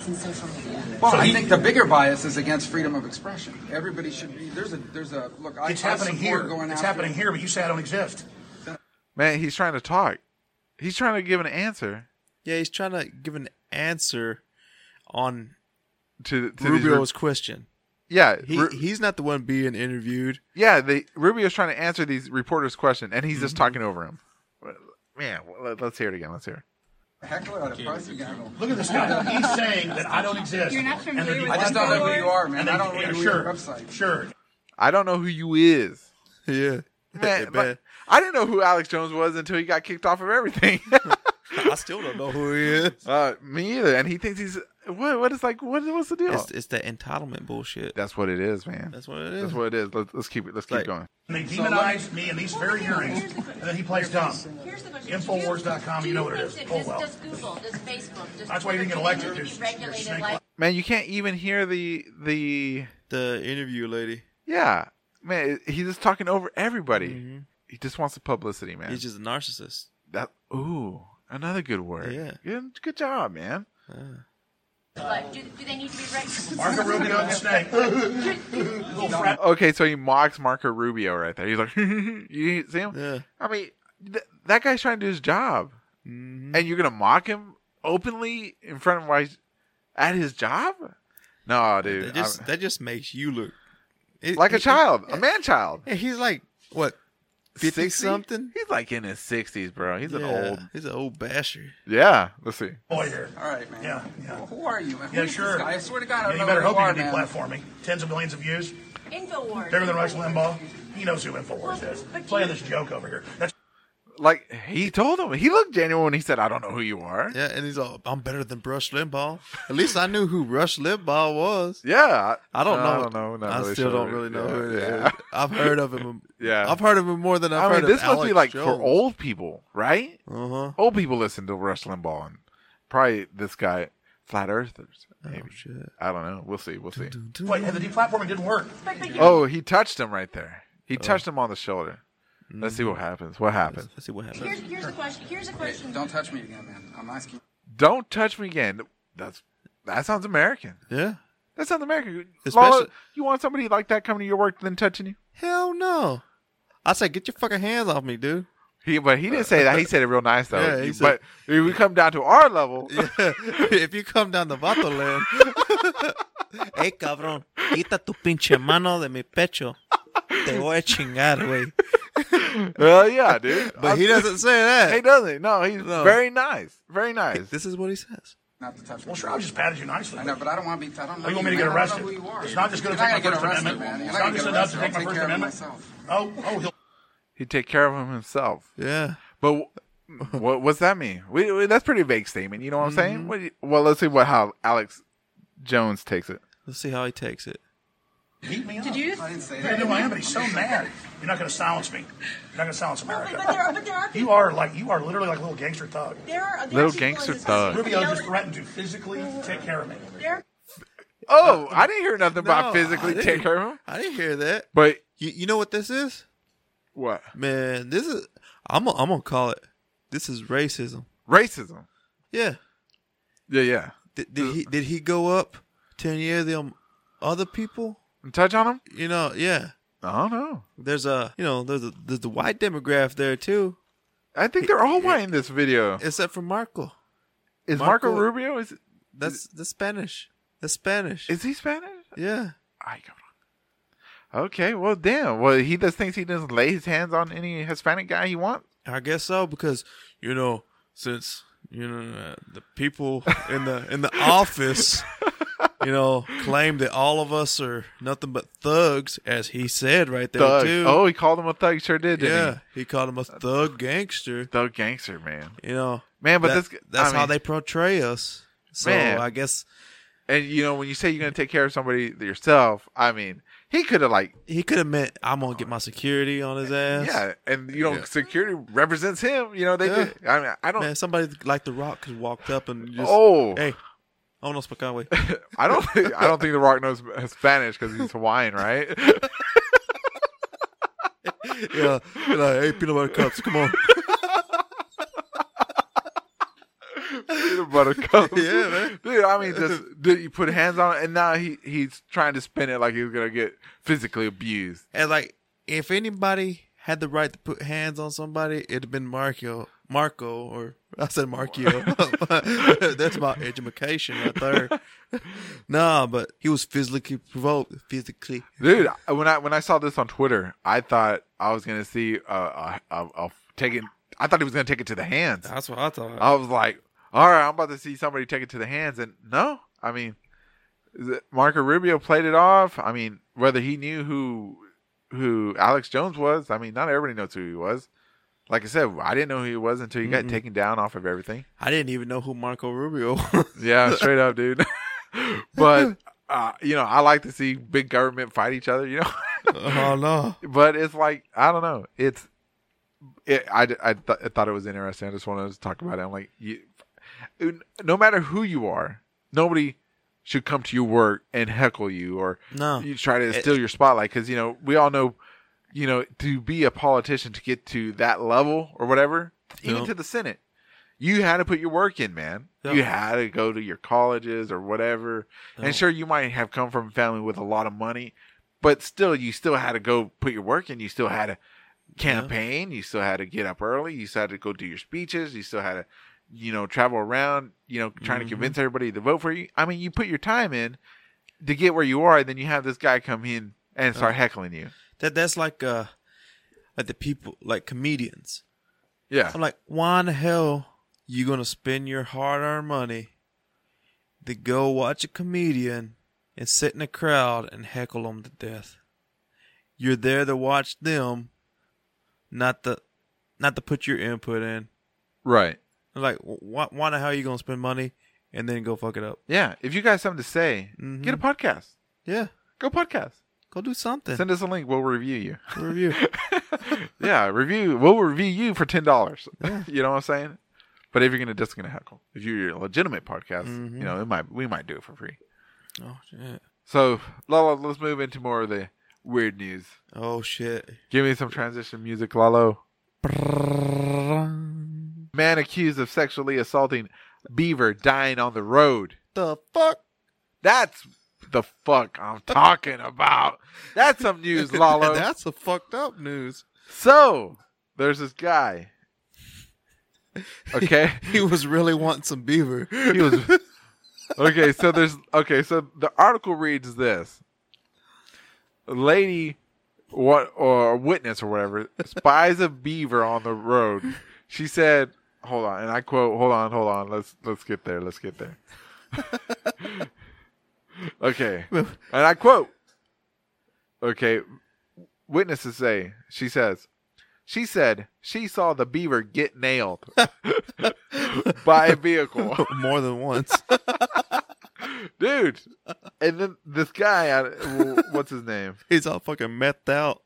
[SPEAKER 4] and social media.
[SPEAKER 5] Well, I think the bigger bias is against freedom of expression. Everybody should be. There's a. There's a. Look, I.
[SPEAKER 6] It's
[SPEAKER 5] I
[SPEAKER 6] happening
[SPEAKER 5] support
[SPEAKER 6] here.
[SPEAKER 5] Going
[SPEAKER 6] It's
[SPEAKER 5] after-
[SPEAKER 6] happening here, but you say I don't exist.
[SPEAKER 1] man, he's trying to talk. He's trying to give an answer
[SPEAKER 2] Yeah, he's trying to give an answer on
[SPEAKER 1] to to these
[SPEAKER 2] Rubio's question.
[SPEAKER 1] yeah,
[SPEAKER 2] He,
[SPEAKER 1] Ru-
[SPEAKER 2] he's not the one being interviewed. *laughs*
[SPEAKER 1] yeah. They Rubio's trying to answer these reporters' question, and he's
[SPEAKER 2] Mm-hmm.
[SPEAKER 1] just talking over him. Man, well, let- let's hear it again. Let's hear.
[SPEAKER 5] heckler out of price you got.
[SPEAKER 4] Look at this guy.
[SPEAKER 5] *laughs*
[SPEAKER 4] He's saying that I don't exist.
[SPEAKER 6] You're not
[SPEAKER 4] And
[SPEAKER 6] familiar
[SPEAKER 4] that
[SPEAKER 6] with
[SPEAKER 4] he-
[SPEAKER 5] I just don't know who you are, man.
[SPEAKER 4] And
[SPEAKER 5] I
[SPEAKER 4] that-
[SPEAKER 5] don't
[SPEAKER 4] yeah,
[SPEAKER 5] read your
[SPEAKER 4] sure,
[SPEAKER 5] website.
[SPEAKER 4] Sure.
[SPEAKER 1] It. I don't know who you is.
[SPEAKER 2] Yeah. *laughs*
[SPEAKER 1] Man,
[SPEAKER 2] Man,
[SPEAKER 1] like, I didn't know who Alex Jones was until he got kicked off of
[SPEAKER 2] *laughs*
[SPEAKER 1] everything.
[SPEAKER 2] I still don't know who he
[SPEAKER 1] *laughs*
[SPEAKER 2] is.
[SPEAKER 1] uh, me either. And he thinks he's what? What is like? What, what's the deal?
[SPEAKER 2] It's, it's that entitlement bullshit.
[SPEAKER 1] That's what it is, man.
[SPEAKER 2] That's what it is.
[SPEAKER 1] That's what it is. Let's, let's keep it. Let's keep
[SPEAKER 2] Like-
[SPEAKER 1] going.
[SPEAKER 4] And they demonized me in these very hearings. And then he
[SPEAKER 5] *laughs*
[SPEAKER 4] plays dumb.
[SPEAKER 6] Here's the question.
[SPEAKER 4] Infowars.com,
[SPEAKER 6] Do
[SPEAKER 4] you know what it
[SPEAKER 6] think
[SPEAKER 4] is.
[SPEAKER 6] that
[SPEAKER 4] Oh,
[SPEAKER 6] does-
[SPEAKER 4] well.
[SPEAKER 6] Does Google, does Facebook, does
[SPEAKER 4] That's why you didn't get
[SPEAKER 6] Twitter
[SPEAKER 4] elected.
[SPEAKER 6] continue to
[SPEAKER 4] You're-
[SPEAKER 6] be regulated
[SPEAKER 4] you're
[SPEAKER 6] like
[SPEAKER 4] snake-
[SPEAKER 1] Man, you can't even hear the the
[SPEAKER 2] The interview lady.
[SPEAKER 1] yeah. Man, he's just talking over everybody. He just wants the publicity, man.
[SPEAKER 2] Mm-hmm. He's just a narcissist.
[SPEAKER 1] that ooh, another good word.
[SPEAKER 2] Yeah.
[SPEAKER 1] Good, good job, man.
[SPEAKER 6] But do, do they need to be regulated?
[SPEAKER 4] Marco Rubio and the snake.
[SPEAKER 5] *laughs*
[SPEAKER 4] Little frat.
[SPEAKER 1] Okay, so he mocks Marco Rubio right there. He's like, *laughs* you see him?
[SPEAKER 2] Yeah.
[SPEAKER 1] I mean, th- that guy's trying to do his job,
[SPEAKER 2] Mm-hmm.
[SPEAKER 1] and you're gonna mock him openly in front of like at his job? No, dude.
[SPEAKER 2] That just
[SPEAKER 1] I'm-
[SPEAKER 2] that just makes you look it-
[SPEAKER 1] like a
[SPEAKER 2] it-
[SPEAKER 1] child,
[SPEAKER 2] *laughs*
[SPEAKER 1] a man child.
[SPEAKER 2] it- he's like what 50 something.
[SPEAKER 1] He's like in his sixties, bro. He's an
[SPEAKER 2] Yeah,
[SPEAKER 1] old.
[SPEAKER 2] He's an old basher.
[SPEAKER 1] Yeah, let's see.
[SPEAKER 4] boy there.
[SPEAKER 5] All right, man.
[SPEAKER 4] Yeah, yeah.
[SPEAKER 5] Who are you, man? Who
[SPEAKER 4] Yeah,
[SPEAKER 5] is
[SPEAKER 4] sure.
[SPEAKER 5] This guy? I swear to God, I
[SPEAKER 4] Yeah,
[SPEAKER 5] don't
[SPEAKER 4] you
[SPEAKER 5] know
[SPEAKER 4] better
[SPEAKER 5] who
[SPEAKER 4] hope
[SPEAKER 5] you
[SPEAKER 4] you're
[SPEAKER 5] are,
[SPEAKER 4] going to
[SPEAKER 5] man.
[SPEAKER 4] deplatforming. Tens of millions of views.
[SPEAKER 6] Infowars.
[SPEAKER 4] Bigger than Rush Limbaugh. He knows who Infowars is. Playing this joke over here. That's
[SPEAKER 1] Like he told him, he looked genuine when he said, "I don't know who you are."
[SPEAKER 2] Yeah, and he's all, I'm better than Rush Limbaugh. At least I knew who Rush Limbaugh was.
[SPEAKER 1] Yeah,
[SPEAKER 2] I don't know.
[SPEAKER 1] I don't know. Not
[SPEAKER 2] I
[SPEAKER 1] really
[SPEAKER 2] still
[SPEAKER 1] sure.
[SPEAKER 2] don't really know
[SPEAKER 1] Yeah,
[SPEAKER 2] who it is.
[SPEAKER 1] yeah. *laughs*
[SPEAKER 2] I've heard of him.
[SPEAKER 1] Yeah.
[SPEAKER 2] I've heard of him more than I've
[SPEAKER 1] I
[SPEAKER 2] heard
[SPEAKER 1] mean, this
[SPEAKER 2] of
[SPEAKER 1] must
[SPEAKER 2] Alex
[SPEAKER 1] be like
[SPEAKER 2] Jones.
[SPEAKER 1] for old people, right?
[SPEAKER 2] Uh huh.
[SPEAKER 1] Old people listen to Rush Limbaugh and probably this guy, flat earthers. Maybe.
[SPEAKER 2] Oh, shit.
[SPEAKER 1] I don't know. We'll see. We'll see.
[SPEAKER 4] why and the deplatforming didn't work.
[SPEAKER 1] Oh, he touched him right there.
[SPEAKER 2] Oh.
[SPEAKER 1] He touched him on the shoulder. Let's see
[SPEAKER 2] Mm-hmm.
[SPEAKER 1] what happens. What happens?
[SPEAKER 2] Let's see what
[SPEAKER 6] Here's,
[SPEAKER 2] happens.
[SPEAKER 6] here's a question. Here's a
[SPEAKER 5] Hey,
[SPEAKER 6] question.
[SPEAKER 5] don't touch me again, man. I'm asking.
[SPEAKER 1] Don't touch me again. That's that sounds American.
[SPEAKER 2] Yeah.
[SPEAKER 1] That sounds American.
[SPEAKER 2] Especially-
[SPEAKER 1] Lola, you want somebody like that coming to your work then touching you?
[SPEAKER 2] Hell no. I said, get your fucking hands off me, dude.
[SPEAKER 1] He, but he didn't say
[SPEAKER 2] *laughs*
[SPEAKER 1] that. He said it real nice though.
[SPEAKER 2] Uh, Yeah, he
[SPEAKER 1] You-
[SPEAKER 2] said-
[SPEAKER 1] but if we come down to our level,
[SPEAKER 2] if you come down the Vato land. *laughs* hey, cabrón, quita tu pinche mano de mi pecho. Te voy a chingar, güey.
[SPEAKER 1] hell yeah, dude.
[SPEAKER 2] But he doesn't say
[SPEAKER 1] He
[SPEAKER 2] that.
[SPEAKER 1] doesn't. No, he's
[SPEAKER 2] No.
[SPEAKER 1] very nice. Very nice.
[SPEAKER 2] This is what he says.
[SPEAKER 5] Not to touch me.
[SPEAKER 4] Well, sure, I just patted you nicely.
[SPEAKER 5] I know, but I don't want to be. I don't know.
[SPEAKER 4] Oh, you want me to
[SPEAKER 5] man.
[SPEAKER 4] get
[SPEAKER 5] I don't know
[SPEAKER 4] arrested?
[SPEAKER 5] who you are.
[SPEAKER 4] It's not just going to
[SPEAKER 5] You're
[SPEAKER 4] take my
[SPEAKER 5] gonna
[SPEAKER 4] First
[SPEAKER 5] get arrested,
[SPEAKER 4] Amendment.
[SPEAKER 5] man. You're
[SPEAKER 4] It's
[SPEAKER 5] not
[SPEAKER 4] not
[SPEAKER 5] gonna
[SPEAKER 4] just
[SPEAKER 5] get
[SPEAKER 4] enough
[SPEAKER 5] arrested.
[SPEAKER 4] to take my
[SPEAKER 5] I'll take
[SPEAKER 4] First
[SPEAKER 5] care of it
[SPEAKER 4] Amendment.
[SPEAKER 5] myself.
[SPEAKER 4] Oh, oh, he'll
[SPEAKER 1] He'd take care of him himself.
[SPEAKER 2] Yeah.
[SPEAKER 1] But wh- *laughs* what what's that mean? We, we- that's pretty vague statement. You know what I'm saying? What do you- well, let's see what how Alex Jones takes it.
[SPEAKER 2] Let's see how he takes it.
[SPEAKER 4] beat me up.
[SPEAKER 6] Did you just?
[SPEAKER 5] I didn't say
[SPEAKER 4] I
[SPEAKER 5] that.
[SPEAKER 4] know I am, but he's so mad. You're not going to silence me. You're not going to silence
[SPEAKER 6] No, but, but there
[SPEAKER 4] America.
[SPEAKER 6] are, but there are
[SPEAKER 4] You
[SPEAKER 6] people.
[SPEAKER 4] are like you are literally like a little gangster thug.
[SPEAKER 6] There are, there are
[SPEAKER 1] Little
[SPEAKER 6] people in
[SPEAKER 1] gangster
[SPEAKER 6] this
[SPEAKER 1] thug.
[SPEAKER 6] country
[SPEAKER 4] Rubio
[SPEAKER 6] that
[SPEAKER 4] just
[SPEAKER 6] know-
[SPEAKER 4] threatened to physically take care of me.
[SPEAKER 6] there-
[SPEAKER 1] Oh, I didn't hear nothing
[SPEAKER 2] No,
[SPEAKER 1] about physically
[SPEAKER 2] I didn't-
[SPEAKER 1] take care of him.
[SPEAKER 2] I didn't hear that.
[SPEAKER 1] But
[SPEAKER 2] You, you know what this is?
[SPEAKER 1] what?
[SPEAKER 2] Man, this is. I'm gonna I'm gonna call it. This is racism.
[SPEAKER 1] Racism.
[SPEAKER 2] Yeah.
[SPEAKER 1] Yeah, yeah.
[SPEAKER 2] Did, did he did he go up to any of them other people?
[SPEAKER 1] Touch on him?
[SPEAKER 2] You know, yeah.
[SPEAKER 1] I don't know.
[SPEAKER 2] There's a you know there's a there's the white demograph there too,
[SPEAKER 1] I think they're all white in this video.
[SPEAKER 2] except for Marco.
[SPEAKER 1] Is Marco,
[SPEAKER 2] Marco-
[SPEAKER 1] Rubio is
[SPEAKER 2] That's the Spanish. The Spanish.
[SPEAKER 1] is he Spanish?
[SPEAKER 2] yeah.
[SPEAKER 1] I come on. Okay, well, damn. Well, he just thinks he doesn't lay his hands on any Hispanic guy he wants.
[SPEAKER 2] I guess so because you know since you know uh, the people in the in the office you know claim that all of us are nothing but thugs as he said right there
[SPEAKER 1] Thug.
[SPEAKER 2] too.
[SPEAKER 1] Oh, he called him a thug. Sure did. Didn't
[SPEAKER 2] yeah, he? called him a thug gangster.
[SPEAKER 1] he? Thug gangster, man.
[SPEAKER 2] You know,
[SPEAKER 1] Man, but
[SPEAKER 2] that-
[SPEAKER 1] this g- I
[SPEAKER 2] that's how
[SPEAKER 1] mean-
[SPEAKER 2] they portray us. So
[SPEAKER 1] Man.
[SPEAKER 2] I guess
[SPEAKER 1] And you know, when you say you're gonna take care of somebody yourself, I mean, he could have like,
[SPEAKER 2] he could have meant I'm gonna get my security on his ass.
[SPEAKER 1] yeah, and you know, security represents him. You know, they.
[SPEAKER 2] Yeah.
[SPEAKER 1] Could, I mean, I don't.
[SPEAKER 2] man, somebody like The Rock could have walked up and just
[SPEAKER 1] oh,
[SPEAKER 2] hey, oh no, Spakawe.
[SPEAKER 1] I don't. Think, I don't think The Rock knows Spanish because he's Hawaiian, right? *laughs*
[SPEAKER 2] *laughs* yeah, You're like hey, peanut butter cups, come *laughs* on.
[SPEAKER 1] Peanut butter cups. *laughs*
[SPEAKER 2] Yeah, man.
[SPEAKER 1] Dude, I mean, just dude, you put hands on it, and now he he's trying to spin it like he's gonna get physically abused.
[SPEAKER 2] And like, if anybody had the right to put hands on somebody, it'd have been Marco Marco or I said *laughs* Markio. That's my education right there. *laughs* nah, but he was physically provoked. Physically,
[SPEAKER 1] dude. I- When I when I saw this on Twitter, I thought I was gonna see uh, a a, a taking. I thought he was gonna take it to the hands.
[SPEAKER 2] that's what I thought.
[SPEAKER 1] I was like, all right, I'm about to see somebody take it to the hands, and no, I mean, the- Marco Rubio played it off. I mean, whether he knew who who Alex Jones was, I mean, not everybody knows who he was. Like I said, I didn't know who he was until he got taken down off of everything.
[SPEAKER 2] I didn't even know who Marco Rubio. *laughs* was.
[SPEAKER 1] *laughs* Yeah, straight up, dude. but uh, you know, I like to see big government fight each other. You know.
[SPEAKER 2] oh no,
[SPEAKER 1] but it's like I don't know. It's it, I I, th- I thought it was interesting. I just wanted to talk about it. I'm like, you, no matter who you are, nobody should come to your work and heckle you or
[SPEAKER 2] No.
[SPEAKER 1] you try to steal your spotlight because you know we all know you know to be a politician to get to that level or whatever even
[SPEAKER 2] Yeah.
[SPEAKER 1] to the senate you had to put your work in man
[SPEAKER 2] Yeah.
[SPEAKER 1] you had to go to your colleges or whatever
[SPEAKER 2] Yeah.
[SPEAKER 1] and sure you might have come from a family with a lot of money but still you still had to go put your work in you still had to campaign you still had to get up early you still had to go do your speeches you still had to you know travel around you know trying
[SPEAKER 2] Mm-hmm.
[SPEAKER 1] to convince everybody to vote for you i mean you put your time in to get where you are then you have this guy come in and start heckling you
[SPEAKER 2] that that's like uh, like the people like comedians.
[SPEAKER 1] yeah
[SPEAKER 2] I'm like, why in the hell you gonna spend your hard earned money to go watch a comedian and sit in a crowd and heckle them to death? You're there to watch them, not to not to put your input in.
[SPEAKER 1] right
[SPEAKER 2] I'm like, why why the hell you gonna spend money and then go fuck it up?
[SPEAKER 1] yeah if you guys something to say get
[SPEAKER 2] Mm-hmm.
[SPEAKER 1] a podcast
[SPEAKER 2] Yeah,
[SPEAKER 1] go podcast
[SPEAKER 2] go do something.
[SPEAKER 1] send us a link we'll review you
[SPEAKER 2] review.
[SPEAKER 1] yeah review we'll review you for ten dollars you know what i'm saying but if you're gonna just gonna heckle if you're a legitimate podcast you know it might we might do it for free
[SPEAKER 2] oh shit.
[SPEAKER 1] so lalo let's move into more of the weird news
[SPEAKER 2] Oh shit.
[SPEAKER 1] give me some transition music lalo man accused of sexually assaulting beaver dying on the road
[SPEAKER 2] The fuck?
[SPEAKER 1] that's the fuck i'm talking about that's some news lalo
[SPEAKER 2] *laughs* That's a fucked up news.
[SPEAKER 1] so there's this guy okay
[SPEAKER 2] *laughs* He was really wanting some beaver.
[SPEAKER 1] he was okay so there's okay so the article reads this A lady what or a witness or whatever spies a beaver on the road she said hold on and i quote hold on hold on let's let's get there let's get there *laughs* okay and i quote okay witnesses say she says she said she saw the beaver get nailed by a vehicle
[SPEAKER 2] *laughs* More than once.
[SPEAKER 1] dude. *laughs* And then this guy, uh, w- what's his name?
[SPEAKER 2] He's all fucking methed out.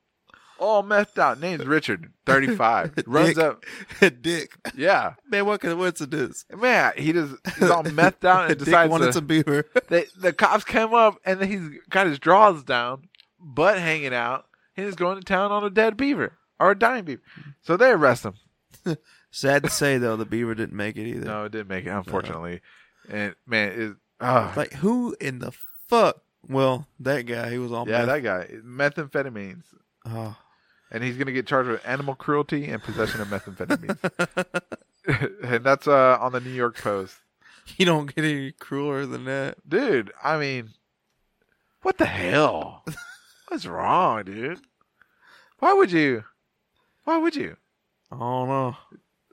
[SPEAKER 1] All messed out. Name's Richard,
[SPEAKER 2] *laughs*
[SPEAKER 1] thirty-five. Runs
[SPEAKER 2] Dick.
[SPEAKER 1] up,
[SPEAKER 2] Dick.
[SPEAKER 1] yeah,
[SPEAKER 2] Man, what coincidence?
[SPEAKER 1] man. He just he's
[SPEAKER 2] *laughs*
[SPEAKER 1] all messed out and
[SPEAKER 2] Dick
[SPEAKER 1] decides
[SPEAKER 2] wanted
[SPEAKER 1] to. *laughs*
[SPEAKER 2] some beaver.
[SPEAKER 1] they, the cops come up and then he's got his drawers down, butt hanging out. and He's going to town on a dead beaver or a dying beaver. So they arrest him.
[SPEAKER 2] Sad to say though, the beaver didn't make it either.
[SPEAKER 1] No, it didn't make it, unfortunately. And man, it, oh,
[SPEAKER 2] Like who in the fuck? Well, that guy. He was all
[SPEAKER 1] yeah, that
[SPEAKER 2] meth-
[SPEAKER 1] guy methamphetamines.
[SPEAKER 2] Oh. *laughs*
[SPEAKER 1] and he's going to get charged with animal cruelty and possession of
[SPEAKER 2] *laughs*
[SPEAKER 1] methamphetamines. *laughs* and that's uh, on the New York Post.
[SPEAKER 2] You don't get any crueler than that.
[SPEAKER 1] Dude, I mean, what the
[SPEAKER 2] *laughs*
[SPEAKER 1] hell? What's wrong, dude? Why would you? Why would you?
[SPEAKER 2] I don't know.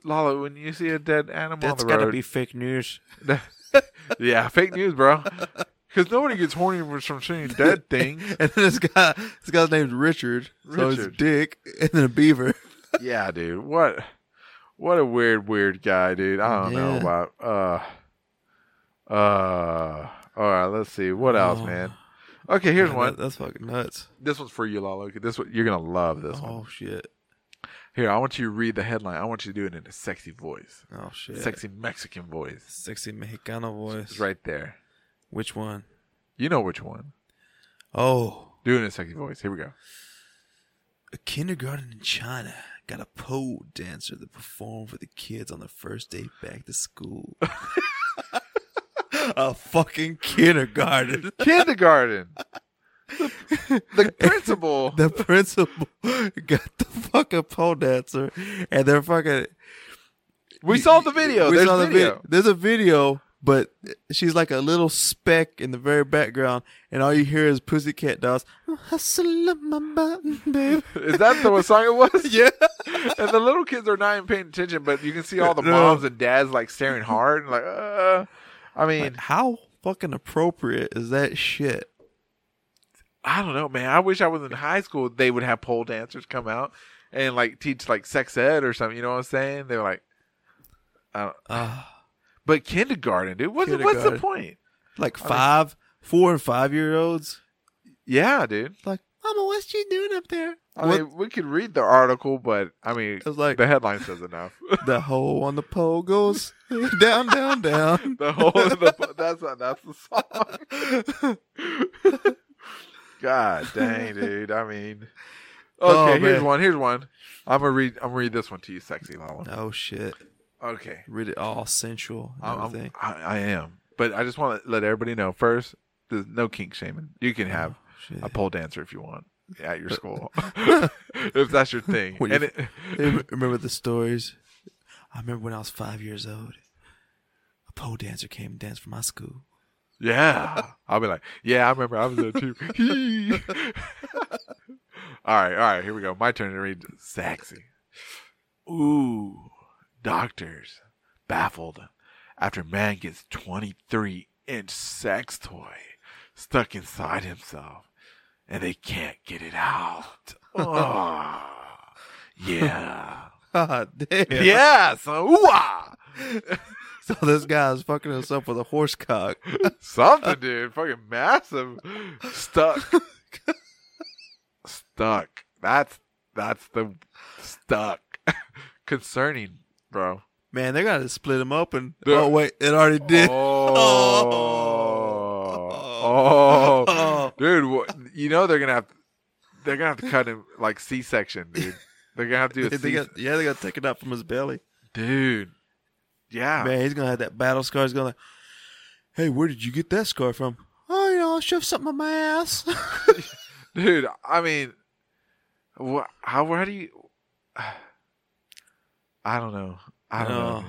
[SPEAKER 1] Lalo, when you see a dead animal
[SPEAKER 2] That's
[SPEAKER 1] on the
[SPEAKER 2] gotta
[SPEAKER 1] road,
[SPEAKER 2] be fake news.
[SPEAKER 1] *laughs* yeah, fake news, bro. Because nobody gets horny from seeing dead things.
[SPEAKER 2] *laughs* And then this guy, this guy's name's Richard. So
[SPEAKER 1] Richard.
[SPEAKER 2] it's Dick, and then
[SPEAKER 1] *laughs*
[SPEAKER 2] a beaver.
[SPEAKER 1] yeah, dude. What what a weird, weird guy, dude. I don't know
[SPEAKER 2] Yeah.
[SPEAKER 1] about uh uh all right, let's see. What else,
[SPEAKER 2] Oh.
[SPEAKER 1] man? Okay, here's
[SPEAKER 2] Man,
[SPEAKER 1] one.
[SPEAKER 2] that- that's fucking nuts.
[SPEAKER 1] This one's for you, Lalo. This one you're gonna love this one.
[SPEAKER 2] Oh shit.
[SPEAKER 1] Here, I want you to read the headline. I want you to do it in a sexy voice.
[SPEAKER 2] Oh shit.
[SPEAKER 1] Sexy Mexican voice.
[SPEAKER 2] Sexy Mexicano voice. *laughs*
[SPEAKER 1] It's right there.
[SPEAKER 2] Which one?
[SPEAKER 1] You know which one.
[SPEAKER 2] Oh,
[SPEAKER 1] Do it in a sexy voice. Here we go.
[SPEAKER 2] a kindergarten in China got a pole dancer to perform for the kids on the first day back to school. *laughs* a fucking kindergarten. *laughs*
[SPEAKER 1] Kindergarten. the, the principal.
[SPEAKER 2] The *laughs* principal got the fucking pole dancer, and they're fucking.
[SPEAKER 1] We saw the video.
[SPEAKER 2] We
[SPEAKER 1] There's
[SPEAKER 2] saw the
[SPEAKER 1] video.
[SPEAKER 2] vid- There's a video, but she's like a little speck in the very background, and all you hear is Pussycat Dolls. "Oh, Hustle up my button,
[SPEAKER 1] *laughs*
[SPEAKER 2] babe.
[SPEAKER 1] Is that the song it was?
[SPEAKER 2] *laughs* yeah.
[SPEAKER 1] and the little kids are not even paying attention, but you can see all the
[SPEAKER 2] *laughs* No.
[SPEAKER 1] moms and dads like staring hard, and like, uh. I mean,
[SPEAKER 2] How fucking appropriate is that shit?
[SPEAKER 1] I don't know, man. I wish I was in high school. They would have pole dancers come out and like teach like sex ed or something. You know what I'm saying? They were like, I don't. but kindergarten, dude. What's, what's the
[SPEAKER 2] Kindergarten.
[SPEAKER 1] point?
[SPEAKER 2] Like
[SPEAKER 1] Oh,
[SPEAKER 2] five, four and five year olds.
[SPEAKER 1] Yeah, dude.
[SPEAKER 2] Like, Mama, what's she doing up there?
[SPEAKER 1] I
[SPEAKER 2] What-
[SPEAKER 1] mean, we could read the article, but I mean,
[SPEAKER 2] was like-
[SPEAKER 1] the headline says enough. *laughs*
[SPEAKER 2] the hole on the pole goes *laughs* down, down, down.
[SPEAKER 1] the whole
[SPEAKER 2] *laughs*
[SPEAKER 1] the, that's not, that's the song. God dang, dude. I mean, okay.
[SPEAKER 2] Oh,
[SPEAKER 1] here's
[SPEAKER 2] man.
[SPEAKER 1] one. Here's one. I'm gonna read. I'm gonna read this one to you, sexy Lala.
[SPEAKER 2] Oh shit!
[SPEAKER 1] Okay,
[SPEAKER 2] Read it all sensual. and
[SPEAKER 1] I'm, I'm-
[SPEAKER 2] everything.
[SPEAKER 1] I, I am. But I just want to let everybody know first. There's no kink shaming. You can have
[SPEAKER 2] Oh, shit.
[SPEAKER 1] a pole dancer if you want at your
[SPEAKER 2] *laughs*
[SPEAKER 1] school, *laughs* if that's your thing.
[SPEAKER 2] When
[SPEAKER 1] and
[SPEAKER 2] you-
[SPEAKER 1] it,
[SPEAKER 2] They remember the stories. I remember when I was five years old, a pole dancer came and danced for my school. *laughs*
[SPEAKER 1] Yeah. I'll be like, yeah, I remember I was there too. *laughs* all right, all right, here we go. My turn to read sexy. Ooh, doctors baffled after man gets 23 inch sex toy stuck inside himself and they can't get it out. *laughs* Oh, yeah.
[SPEAKER 2] God Ah, damn.
[SPEAKER 1] Yeah, so ooh-ah.
[SPEAKER 2] *laughs* So this guy is fucking himself with a horse cock.
[SPEAKER 1] Something, dude. Fucking massive. Stuck. stuck. That's that's the stuck. *laughs* Concerning,
[SPEAKER 2] *laughs*
[SPEAKER 1] bro.
[SPEAKER 2] Man, they gotta split him up and
[SPEAKER 1] Dude.
[SPEAKER 2] oh wait, it already did.
[SPEAKER 1] Oh. Oh. Dude, what, you know they're gonna have they're gonna have to cut him like C section, dude. They're gonna have to do a
[SPEAKER 2] *laughs* They- they
[SPEAKER 1] C-
[SPEAKER 2] got- yeah, they gotta take it out from his belly.
[SPEAKER 1] dude. Yeah.
[SPEAKER 2] Man, he's gonna have that battle scar. He's gonna like, hey, where did you get that scar from? Oh, you know, I shoved something on my ass.
[SPEAKER 1] dude. I mean, wha How? How do you? *sighs* I don't know. I don't know.
[SPEAKER 2] No.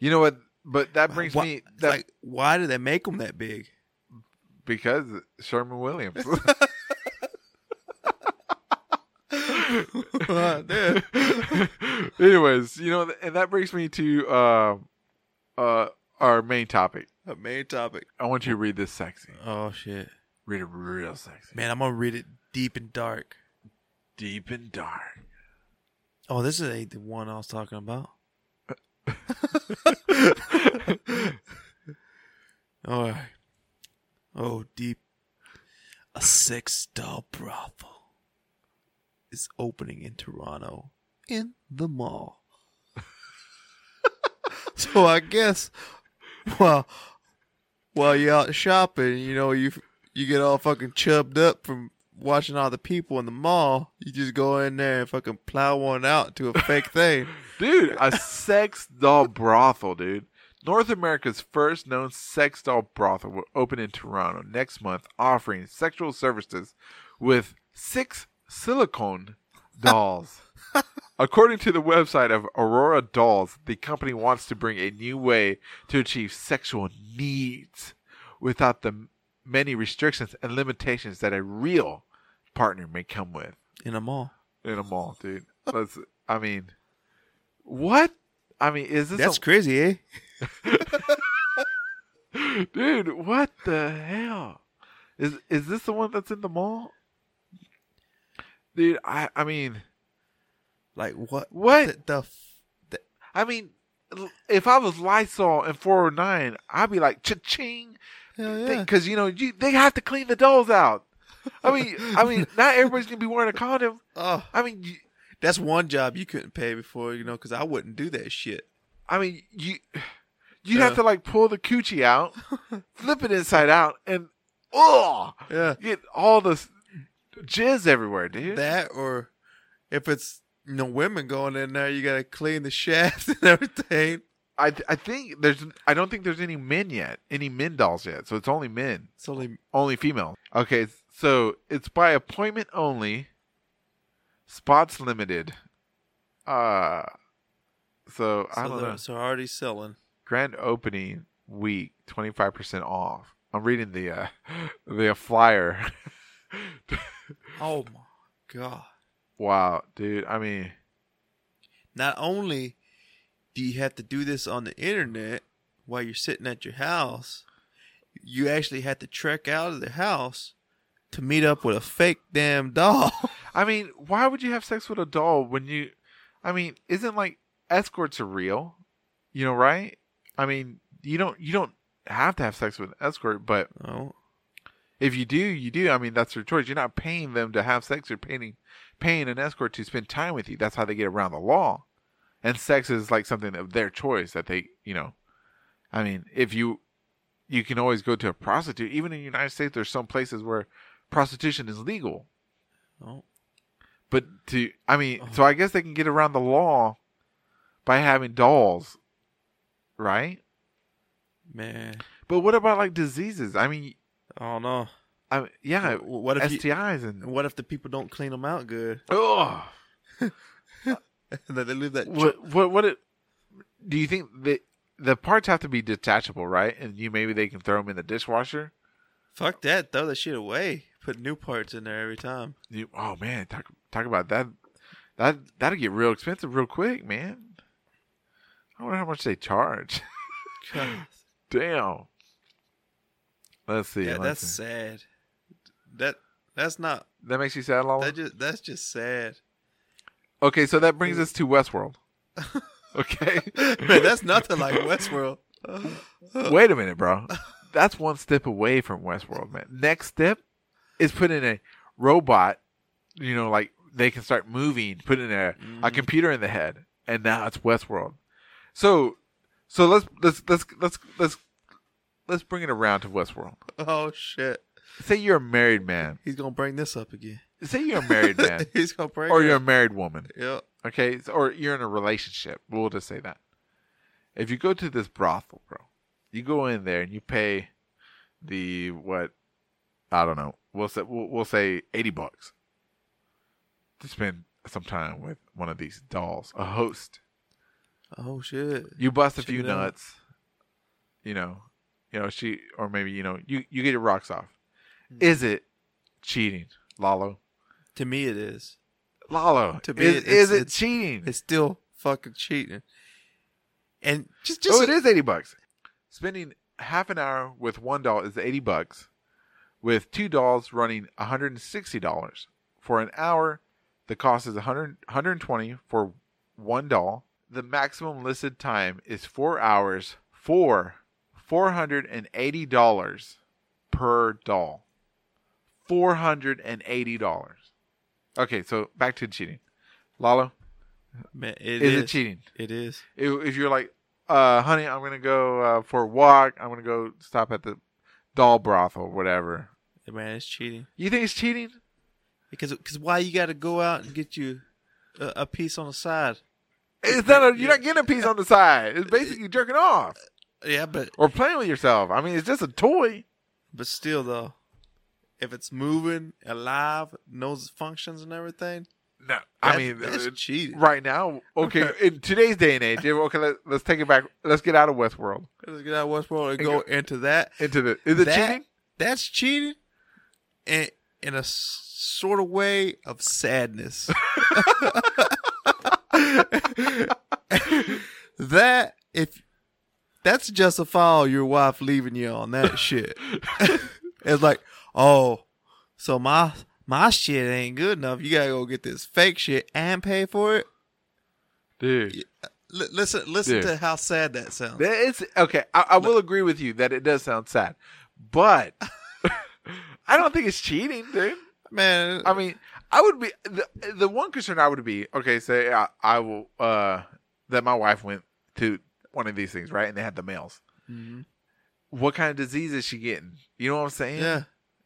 [SPEAKER 1] You know what? But that brings
[SPEAKER 2] Why-
[SPEAKER 1] me that
[SPEAKER 2] like, why did they make him that big?
[SPEAKER 1] because Sherman Williams. *laughs* *laughs*
[SPEAKER 2] Dude.
[SPEAKER 1] Anyways, you know, and that brings me to um uh, our main topic.
[SPEAKER 2] A main topic.
[SPEAKER 1] I want you to read this sexy.
[SPEAKER 2] Oh shit,
[SPEAKER 1] Read it real sexy,
[SPEAKER 2] man, I'm gonna read it deep and dark.
[SPEAKER 1] deep and dark.
[SPEAKER 2] Oh, this is ain't the one I was talking about. All right. Oh, deep. A six star brothel is opening in Toronto in the mall. *laughs* so I guess, well, while you're out shopping, you know you you get all fucking chubbed up from watching all the people in the mall. You just go in there and fucking plow one out to a fake
[SPEAKER 1] *laughs*
[SPEAKER 2] thing.
[SPEAKER 1] dude. A sex doll brothel, dude. North America's first known sex doll brothel will open in Toronto next month, offering sexual services with six silicone dolls. According to the website of Aurora Dolls, the company wants to bring a new way to achieve sexual needs without the many restrictions and limitations that a real partner may come with
[SPEAKER 2] In a mall.
[SPEAKER 1] in a mall, dude. Let's. I mean, what? I mean, is this?
[SPEAKER 2] That's
[SPEAKER 1] a-
[SPEAKER 2] crazy, eh?
[SPEAKER 1] dude. What the hell? Is is this the one that's in the mall? Dude, I I mean,
[SPEAKER 2] Like what?
[SPEAKER 1] What?
[SPEAKER 2] the? the f- the-
[SPEAKER 1] I mean, l- if I was Lysol and four hundred nine, I'd be like cha-ching,
[SPEAKER 2] hell yeah.
[SPEAKER 1] because you know you they have to clean the dolls out. I mean, I
[SPEAKER 2] *laughs*
[SPEAKER 1] mean, not everybody's gonna be wearing a condom.
[SPEAKER 2] oh,
[SPEAKER 1] I mean, you,
[SPEAKER 2] that's one job you couldn't pay before, you know, because I wouldn't do that shit.
[SPEAKER 1] I mean, you you have to like pull the coochie
[SPEAKER 2] *laughs*
[SPEAKER 1] out, flip it inside out, and oh,
[SPEAKER 2] Yeah.
[SPEAKER 1] get all the s- jizz everywhere, dude.
[SPEAKER 2] That or if it's you know women going in there, you gotta clean the *laughs* shaft and everything.
[SPEAKER 1] I I think there's I don't think there's any men yet, any men dolls yet, so it's only men,
[SPEAKER 2] It's only
[SPEAKER 1] only female. Okay, so it's by appointment only. Spots limited. Uh So I
[SPEAKER 2] so
[SPEAKER 1] don't
[SPEAKER 2] they're-
[SPEAKER 1] know.
[SPEAKER 2] So already selling.
[SPEAKER 1] Grand opening week, twenty five percent off. I'm reading the uh, *laughs* the flyer.
[SPEAKER 2] Oh my god!
[SPEAKER 1] wow, dude. I mean,
[SPEAKER 2] Not only do you have to do this on the internet while you're sitting at your house, you actually had to trek out of the house to meet up with a fake damn *laughs* doll.
[SPEAKER 1] I mean, why would you have sex with a doll when you? I mean, isn't like escorts are real? You know, right? I mean, you don't you don't have to have sex with an escort, but
[SPEAKER 2] Oh,
[SPEAKER 1] if you do, you do. I mean, that's your choice. You're not paying them to have sex. You're paying paying an escort to spend time with you. That's how they get around the law. And sex is like something of their choice that they, you know. I mean, if you you can always go to a prostitute. Even in the United States, there's some places where prostitution is legal.
[SPEAKER 2] oh,
[SPEAKER 1] But to, I mean, so I guess they can get around the law by having dolls, right?
[SPEAKER 2] man!
[SPEAKER 1] But what about like diseases? I mean,
[SPEAKER 2] Oh no!
[SPEAKER 1] I mean, yeah,
[SPEAKER 2] Wh- what if you-
[SPEAKER 1] STIs and
[SPEAKER 2] And what if the people don't clean them out good?
[SPEAKER 1] oh,
[SPEAKER 2] that they leave that.
[SPEAKER 1] what what what? It, do you think the the parts have to be detachable, right? And you maybe they can throw them in the dishwasher.
[SPEAKER 2] Fuck that! Throw that shit away. Put new parts in there
[SPEAKER 1] *gasps*
[SPEAKER 2] every time.
[SPEAKER 1] You, oh man, talk talk about that. That that'll get real expensive real quick, man. I wonder how much they charge. *laughs*
[SPEAKER 2] God.
[SPEAKER 1] Damn. Let's see.
[SPEAKER 2] Yeah,
[SPEAKER 1] let's
[SPEAKER 2] that's
[SPEAKER 1] see.
[SPEAKER 2] sad. That that's not
[SPEAKER 1] That makes you sad, Lala.
[SPEAKER 2] that just that's
[SPEAKER 1] *laughs*
[SPEAKER 2] just sad. *laughs*
[SPEAKER 1] Okay, so that brings us to *laughs* Westworld. Okay,
[SPEAKER 2] Man, that's nothing like Westworld.
[SPEAKER 1] wait a minute, bro. That's one step away from Westworld, man. Next step is put in a robot. You know, like they can start moving. Put in a a computer in the head, and now it's Westworld. So, so let's let's let's let's let's let's bring it around to Westworld.
[SPEAKER 2] Oh shit.
[SPEAKER 1] Say you're a married man.
[SPEAKER 2] He's gonna bring this up again.
[SPEAKER 1] Say you're a *laughs* married man,
[SPEAKER 2] *laughs* He's gonna bring
[SPEAKER 1] or
[SPEAKER 2] it
[SPEAKER 1] you're a
[SPEAKER 2] up.
[SPEAKER 1] married woman.
[SPEAKER 2] Yep.
[SPEAKER 1] okay, It's- or you're in a relationship. We'll just say that. If you go to this brothel, bro, you go in there and you pay the what? I don't know. We'll say we'll, we'll say eighty bucks to spend some time with one of these dolls, a host.
[SPEAKER 2] Oh shit.
[SPEAKER 1] You bust a
[SPEAKER 2] Check
[SPEAKER 1] few
[SPEAKER 2] it out.
[SPEAKER 1] nuts, you know, you know she, or maybe you know you you get your rocks off.
[SPEAKER 2] Hmm.
[SPEAKER 1] Is it cheating, Lalo?
[SPEAKER 2] To me it is.
[SPEAKER 1] Lalo,
[SPEAKER 2] To me,
[SPEAKER 1] is,
[SPEAKER 2] it's-
[SPEAKER 1] is it
[SPEAKER 2] it's-
[SPEAKER 1] cheating?
[SPEAKER 2] It's still fucking cheating. And just just
[SPEAKER 1] oh, it is eighty bucks. Spending half an hour with one doll is eighty bucks, with two dolls running one hundred and sixty dollars for an hour. The cost is 100, 120 for one doll. The maximum listed time is four hours for four hundred and eighty dollars per doll. Four hundred and eighty dollars. Okay, so back to cheating. Lalo,
[SPEAKER 2] man,
[SPEAKER 1] is it cheating?
[SPEAKER 2] It is.
[SPEAKER 1] if, if you're like, uh, honey, I'm gonna go uh, for a walk. I'm gonna go stop at the doll brothel, whatever.
[SPEAKER 2] Man, it's cheating.
[SPEAKER 1] You think it's cheating?
[SPEAKER 2] Because cause why you gotta go out and get you a, a piece on the side?
[SPEAKER 1] It's not. A, you're not getting a piece on the side. It's basically jerking off
[SPEAKER 2] Yeah, but
[SPEAKER 1] or playing with yourself. I mean, it's just a toy.
[SPEAKER 2] But still, though, if it's moving, alive, knows its functions and everything,
[SPEAKER 1] No, I
[SPEAKER 2] That's-
[SPEAKER 1] mean,
[SPEAKER 2] that's
[SPEAKER 1] uh,
[SPEAKER 2] cheating.
[SPEAKER 1] Right now,
[SPEAKER 2] *laughs*
[SPEAKER 1] okay. in today's day and age, okay. Let, let's take it back. Let's get out of Westworld
[SPEAKER 2] let's get out of Westworld and go into that.
[SPEAKER 1] into the. Is it
[SPEAKER 2] That-
[SPEAKER 1] cheating?
[SPEAKER 2] That's cheating, and in a s- sort of way of sadness. *laughs* that if that's justifiable, your wife leaving you on that shit. *laughs* it's like, oh, so my my shit ain't good enough. You gotta go get this fake shit and pay for it.
[SPEAKER 1] Dude,
[SPEAKER 2] L- listen, listen
[SPEAKER 1] Yeah.
[SPEAKER 2] to how sad that sounds.
[SPEAKER 1] That is okay. I, I will agree with you that it does sound sad,
[SPEAKER 2] *laughs*
[SPEAKER 1] but *laughs* I don't think it's cheating, dude.
[SPEAKER 2] Man,
[SPEAKER 1] I mean, I would be the the one concern I would be okay. Say I, I will uh that my wife went to one of these things right, and they had the males.
[SPEAKER 2] Mm-hmm.
[SPEAKER 1] What kind of disease is she getting? You know what I'm saying?
[SPEAKER 2] yeah.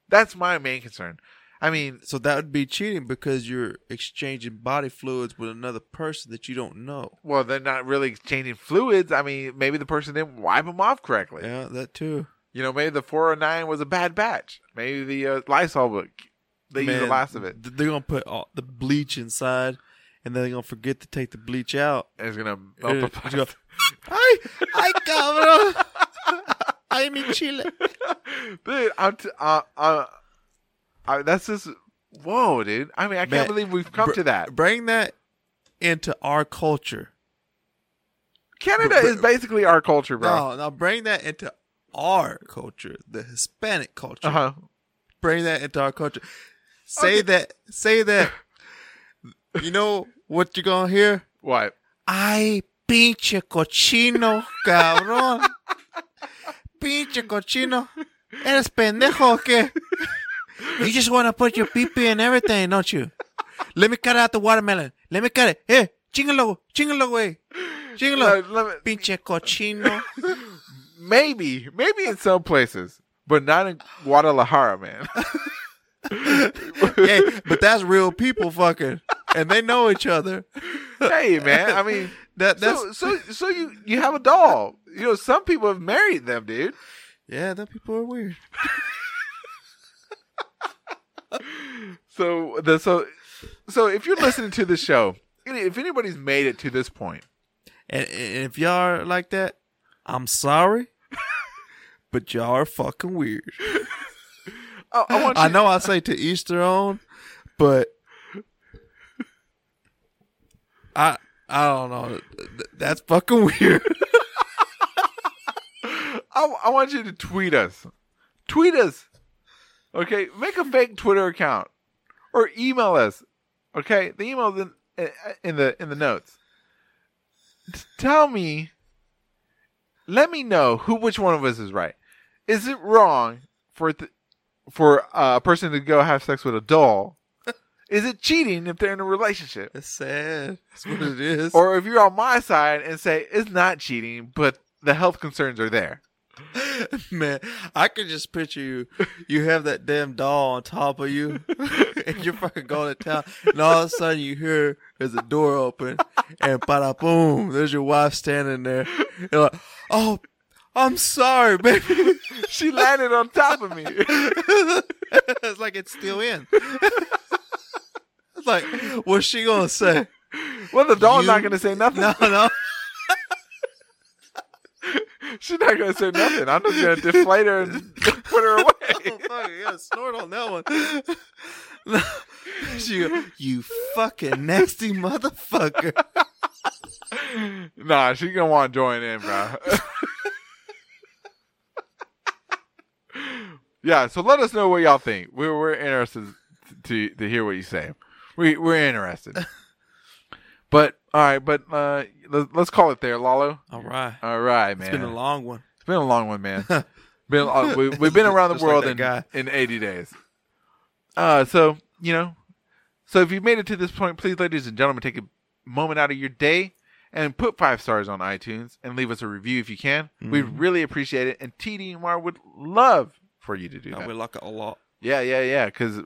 [SPEAKER 1] that's my main concern. I mean,
[SPEAKER 2] So that would be cheating because you're exchanging body fluids with another person that you don't know.
[SPEAKER 1] well, they're not really exchanging fluids. I mean, maybe the person didn't wipe them off correctly.
[SPEAKER 2] Yeah, that too.
[SPEAKER 1] You know, maybe the 409 was a bad batch. Maybe the uh, Lysol book they used the
[SPEAKER 2] Man,
[SPEAKER 1] last of it.
[SPEAKER 2] th- They're gonna put all the bleach inside, and then they're gonna forget to take the bleach out.
[SPEAKER 1] It's gonna
[SPEAKER 2] Uh,
[SPEAKER 1] bump
[SPEAKER 2] you
[SPEAKER 1] *laughs*
[SPEAKER 2] go,
[SPEAKER 1] up.
[SPEAKER 2] ay, *laughs* ay, cabrón. Ay, mi chile.
[SPEAKER 1] dude, I'm t- uh, uh, I, that's just whoa, dude. I mean, I can't
[SPEAKER 2] Man,
[SPEAKER 1] believe we've come
[SPEAKER 2] br-
[SPEAKER 1] to that.
[SPEAKER 2] Bring that into our culture.
[SPEAKER 1] Canada is basically our culture, bro.
[SPEAKER 2] No, no, bring that into our culture, the Hispanic culture.
[SPEAKER 1] Uh huh.
[SPEAKER 2] Bring that into our culture. Say that.
[SPEAKER 1] *laughs*
[SPEAKER 2] Say that. you know what you're gonna hear?
[SPEAKER 1] What?
[SPEAKER 2] Ay, pinche cochino,
[SPEAKER 1] *laughs*
[SPEAKER 2] cabrón. pinche cochino. Eres pendejo o qué? You just want to put your pee pee in everything, don't you? Let me cut out the watermelon. Let me cut it. Eh, chingalo, chingalo, güey. Chingalo.
[SPEAKER 1] No, let me-
[SPEAKER 2] Pinche cochino.
[SPEAKER 1] Maybe, maybe in some places, but not in Guadalajara, man. *laughs*
[SPEAKER 2] hey, but that's real people fucking. And they know each other.
[SPEAKER 1] hey, man. I mean,
[SPEAKER 2] That *laughs* that's
[SPEAKER 1] so, so so you you have a doll. You know, some people have married them, dude.
[SPEAKER 2] yeah, that people are weird.
[SPEAKER 1] So the so so if you're listening to this show, if anybody's made it to this point,
[SPEAKER 2] And, and if y'all are like that, I'm *laughs* sorry, but y'all are fucking weird.
[SPEAKER 1] I, I want you,
[SPEAKER 2] I know I say to each their own, but I I don't know. Th- That's fucking weird.
[SPEAKER 1] I, I want you to tweet us. Tweet us. Okay, make a fake Twitter account or email us. Okay, the email's in uh, in the in the notes. T- Tell me. Let me know who which one of us is right. Is it wrong for th- for uh, a person to go have sex with a doll? Is it cheating if they're in a relationship?
[SPEAKER 2] It's sad. That's what it is.
[SPEAKER 1] Or if you're on my side and say it's not cheating, but the health concerns are there.
[SPEAKER 2] *laughs* Man, I could just picture you. You have that damn doll on top of you, *laughs* and you're fucking going to town. And all of a sudden, you hear there's a door open, and bada boom, there's your wife standing there. You're like, oh, I'm sorry, baby. *laughs*
[SPEAKER 1] She landed on top of me. *laughs*
[SPEAKER 2] it's like it's still in. it's like, what's she gonna say? *laughs*
[SPEAKER 1] Well, the doll's not
[SPEAKER 2] You-
[SPEAKER 1] gonna say nothing.
[SPEAKER 2] No, no.
[SPEAKER 1] *laughs* She's not gonna say nothing. I'm just gonna deflate her and *laughs* put her away.
[SPEAKER 2] Oh, fuck, you gotta snort on that one. *laughs* No. she go, you fucking nasty motherfucker.
[SPEAKER 1] *laughs* Nah, she's gonna want to join in, bro. *laughs* yeah. So let us know what y'all think. We're we're interested to to hear what you say. We we're
[SPEAKER 2] *laughs*
[SPEAKER 1] interested. But all right, but uh, let- let's call it there, Lalo.
[SPEAKER 2] All right.
[SPEAKER 1] All right, man.
[SPEAKER 2] It's been a long one.
[SPEAKER 1] It's been a long one,
[SPEAKER 2] *laughs*
[SPEAKER 1] man. been a lot, we, we've been around the
[SPEAKER 2] Just like
[SPEAKER 1] world
[SPEAKER 2] that
[SPEAKER 1] in,
[SPEAKER 2] guy.
[SPEAKER 1] in 80 days. Uh, so, you know, so if you've made it to this point, please, ladies and gentlemen, take a moment out of your day and put five stars on iTunes and leave us a review if you can. We'd
[SPEAKER 2] Mm-hmm.
[SPEAKER 1] really appreciate it. And TDMR would love for you to do that.
[SPEAKER 2] we like it a lot.
[SPEAKER 1] Yeah, yeah, yeah. Because,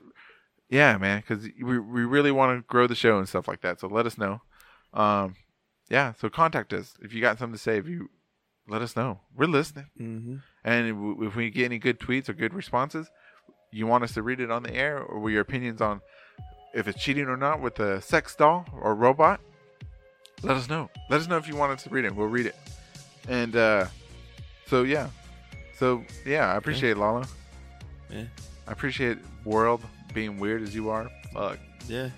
[SPEAKER 1] yeah, man. Because we we really want to grow the show and stuff like that. So let us know. Um, yeah. So contact us if you got something to say. If you let us know, we're listening.
[SPEAKER 2] Mm-hmm.
[SPEAKER 1] And w- if we get any good tweets or good responses, you want us to read it on the air or were your opinions on if it's cheating or not with a sex doll or robot. Let us know. Let us know if you want us to read it. We'll read it. And uh, so yeah, so yeah, I appreciate it, Lalo.
[SPEAKER 2] Yeah.
[SPEAKER 1] I appreciate world being weird as you are. Fuck.
[SPEAKER 2] Yeah.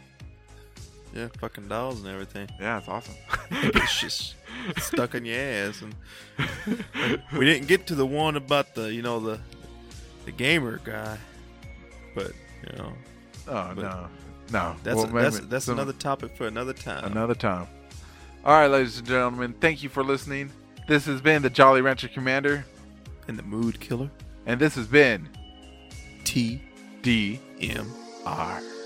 [SPEAKER 2] Yeah, fucking dolls and everything. *laughs*
[SPEAKER 1] Yeah, it's awesome.
[SPEAKER 2] It's just stuck in your ass. *laughs* And we didn't get to the one about the, you know, the the gamer guy. But, you know,
[SPEAKER 1] Oh no, no.
[SPEAKER 2] that's
[SPEAKER 1] Well, maybe
[SPEAKER 2] that's, that's
[SPEAKER 1] some-
[SPEAKER 2] another topic for another time.
[SPEAKER 1] another time. All right, ladies and gentlemen, thank you for listening. This has been the Jolly Rancher Commander,
[SPEAKER 2] And the mood killer,
[SPEAKER 1] and this has been
[SPEAKER 2] T
[SPEAKER 1] D
[SPEAKER 2] M
[SPEAKER 1] R.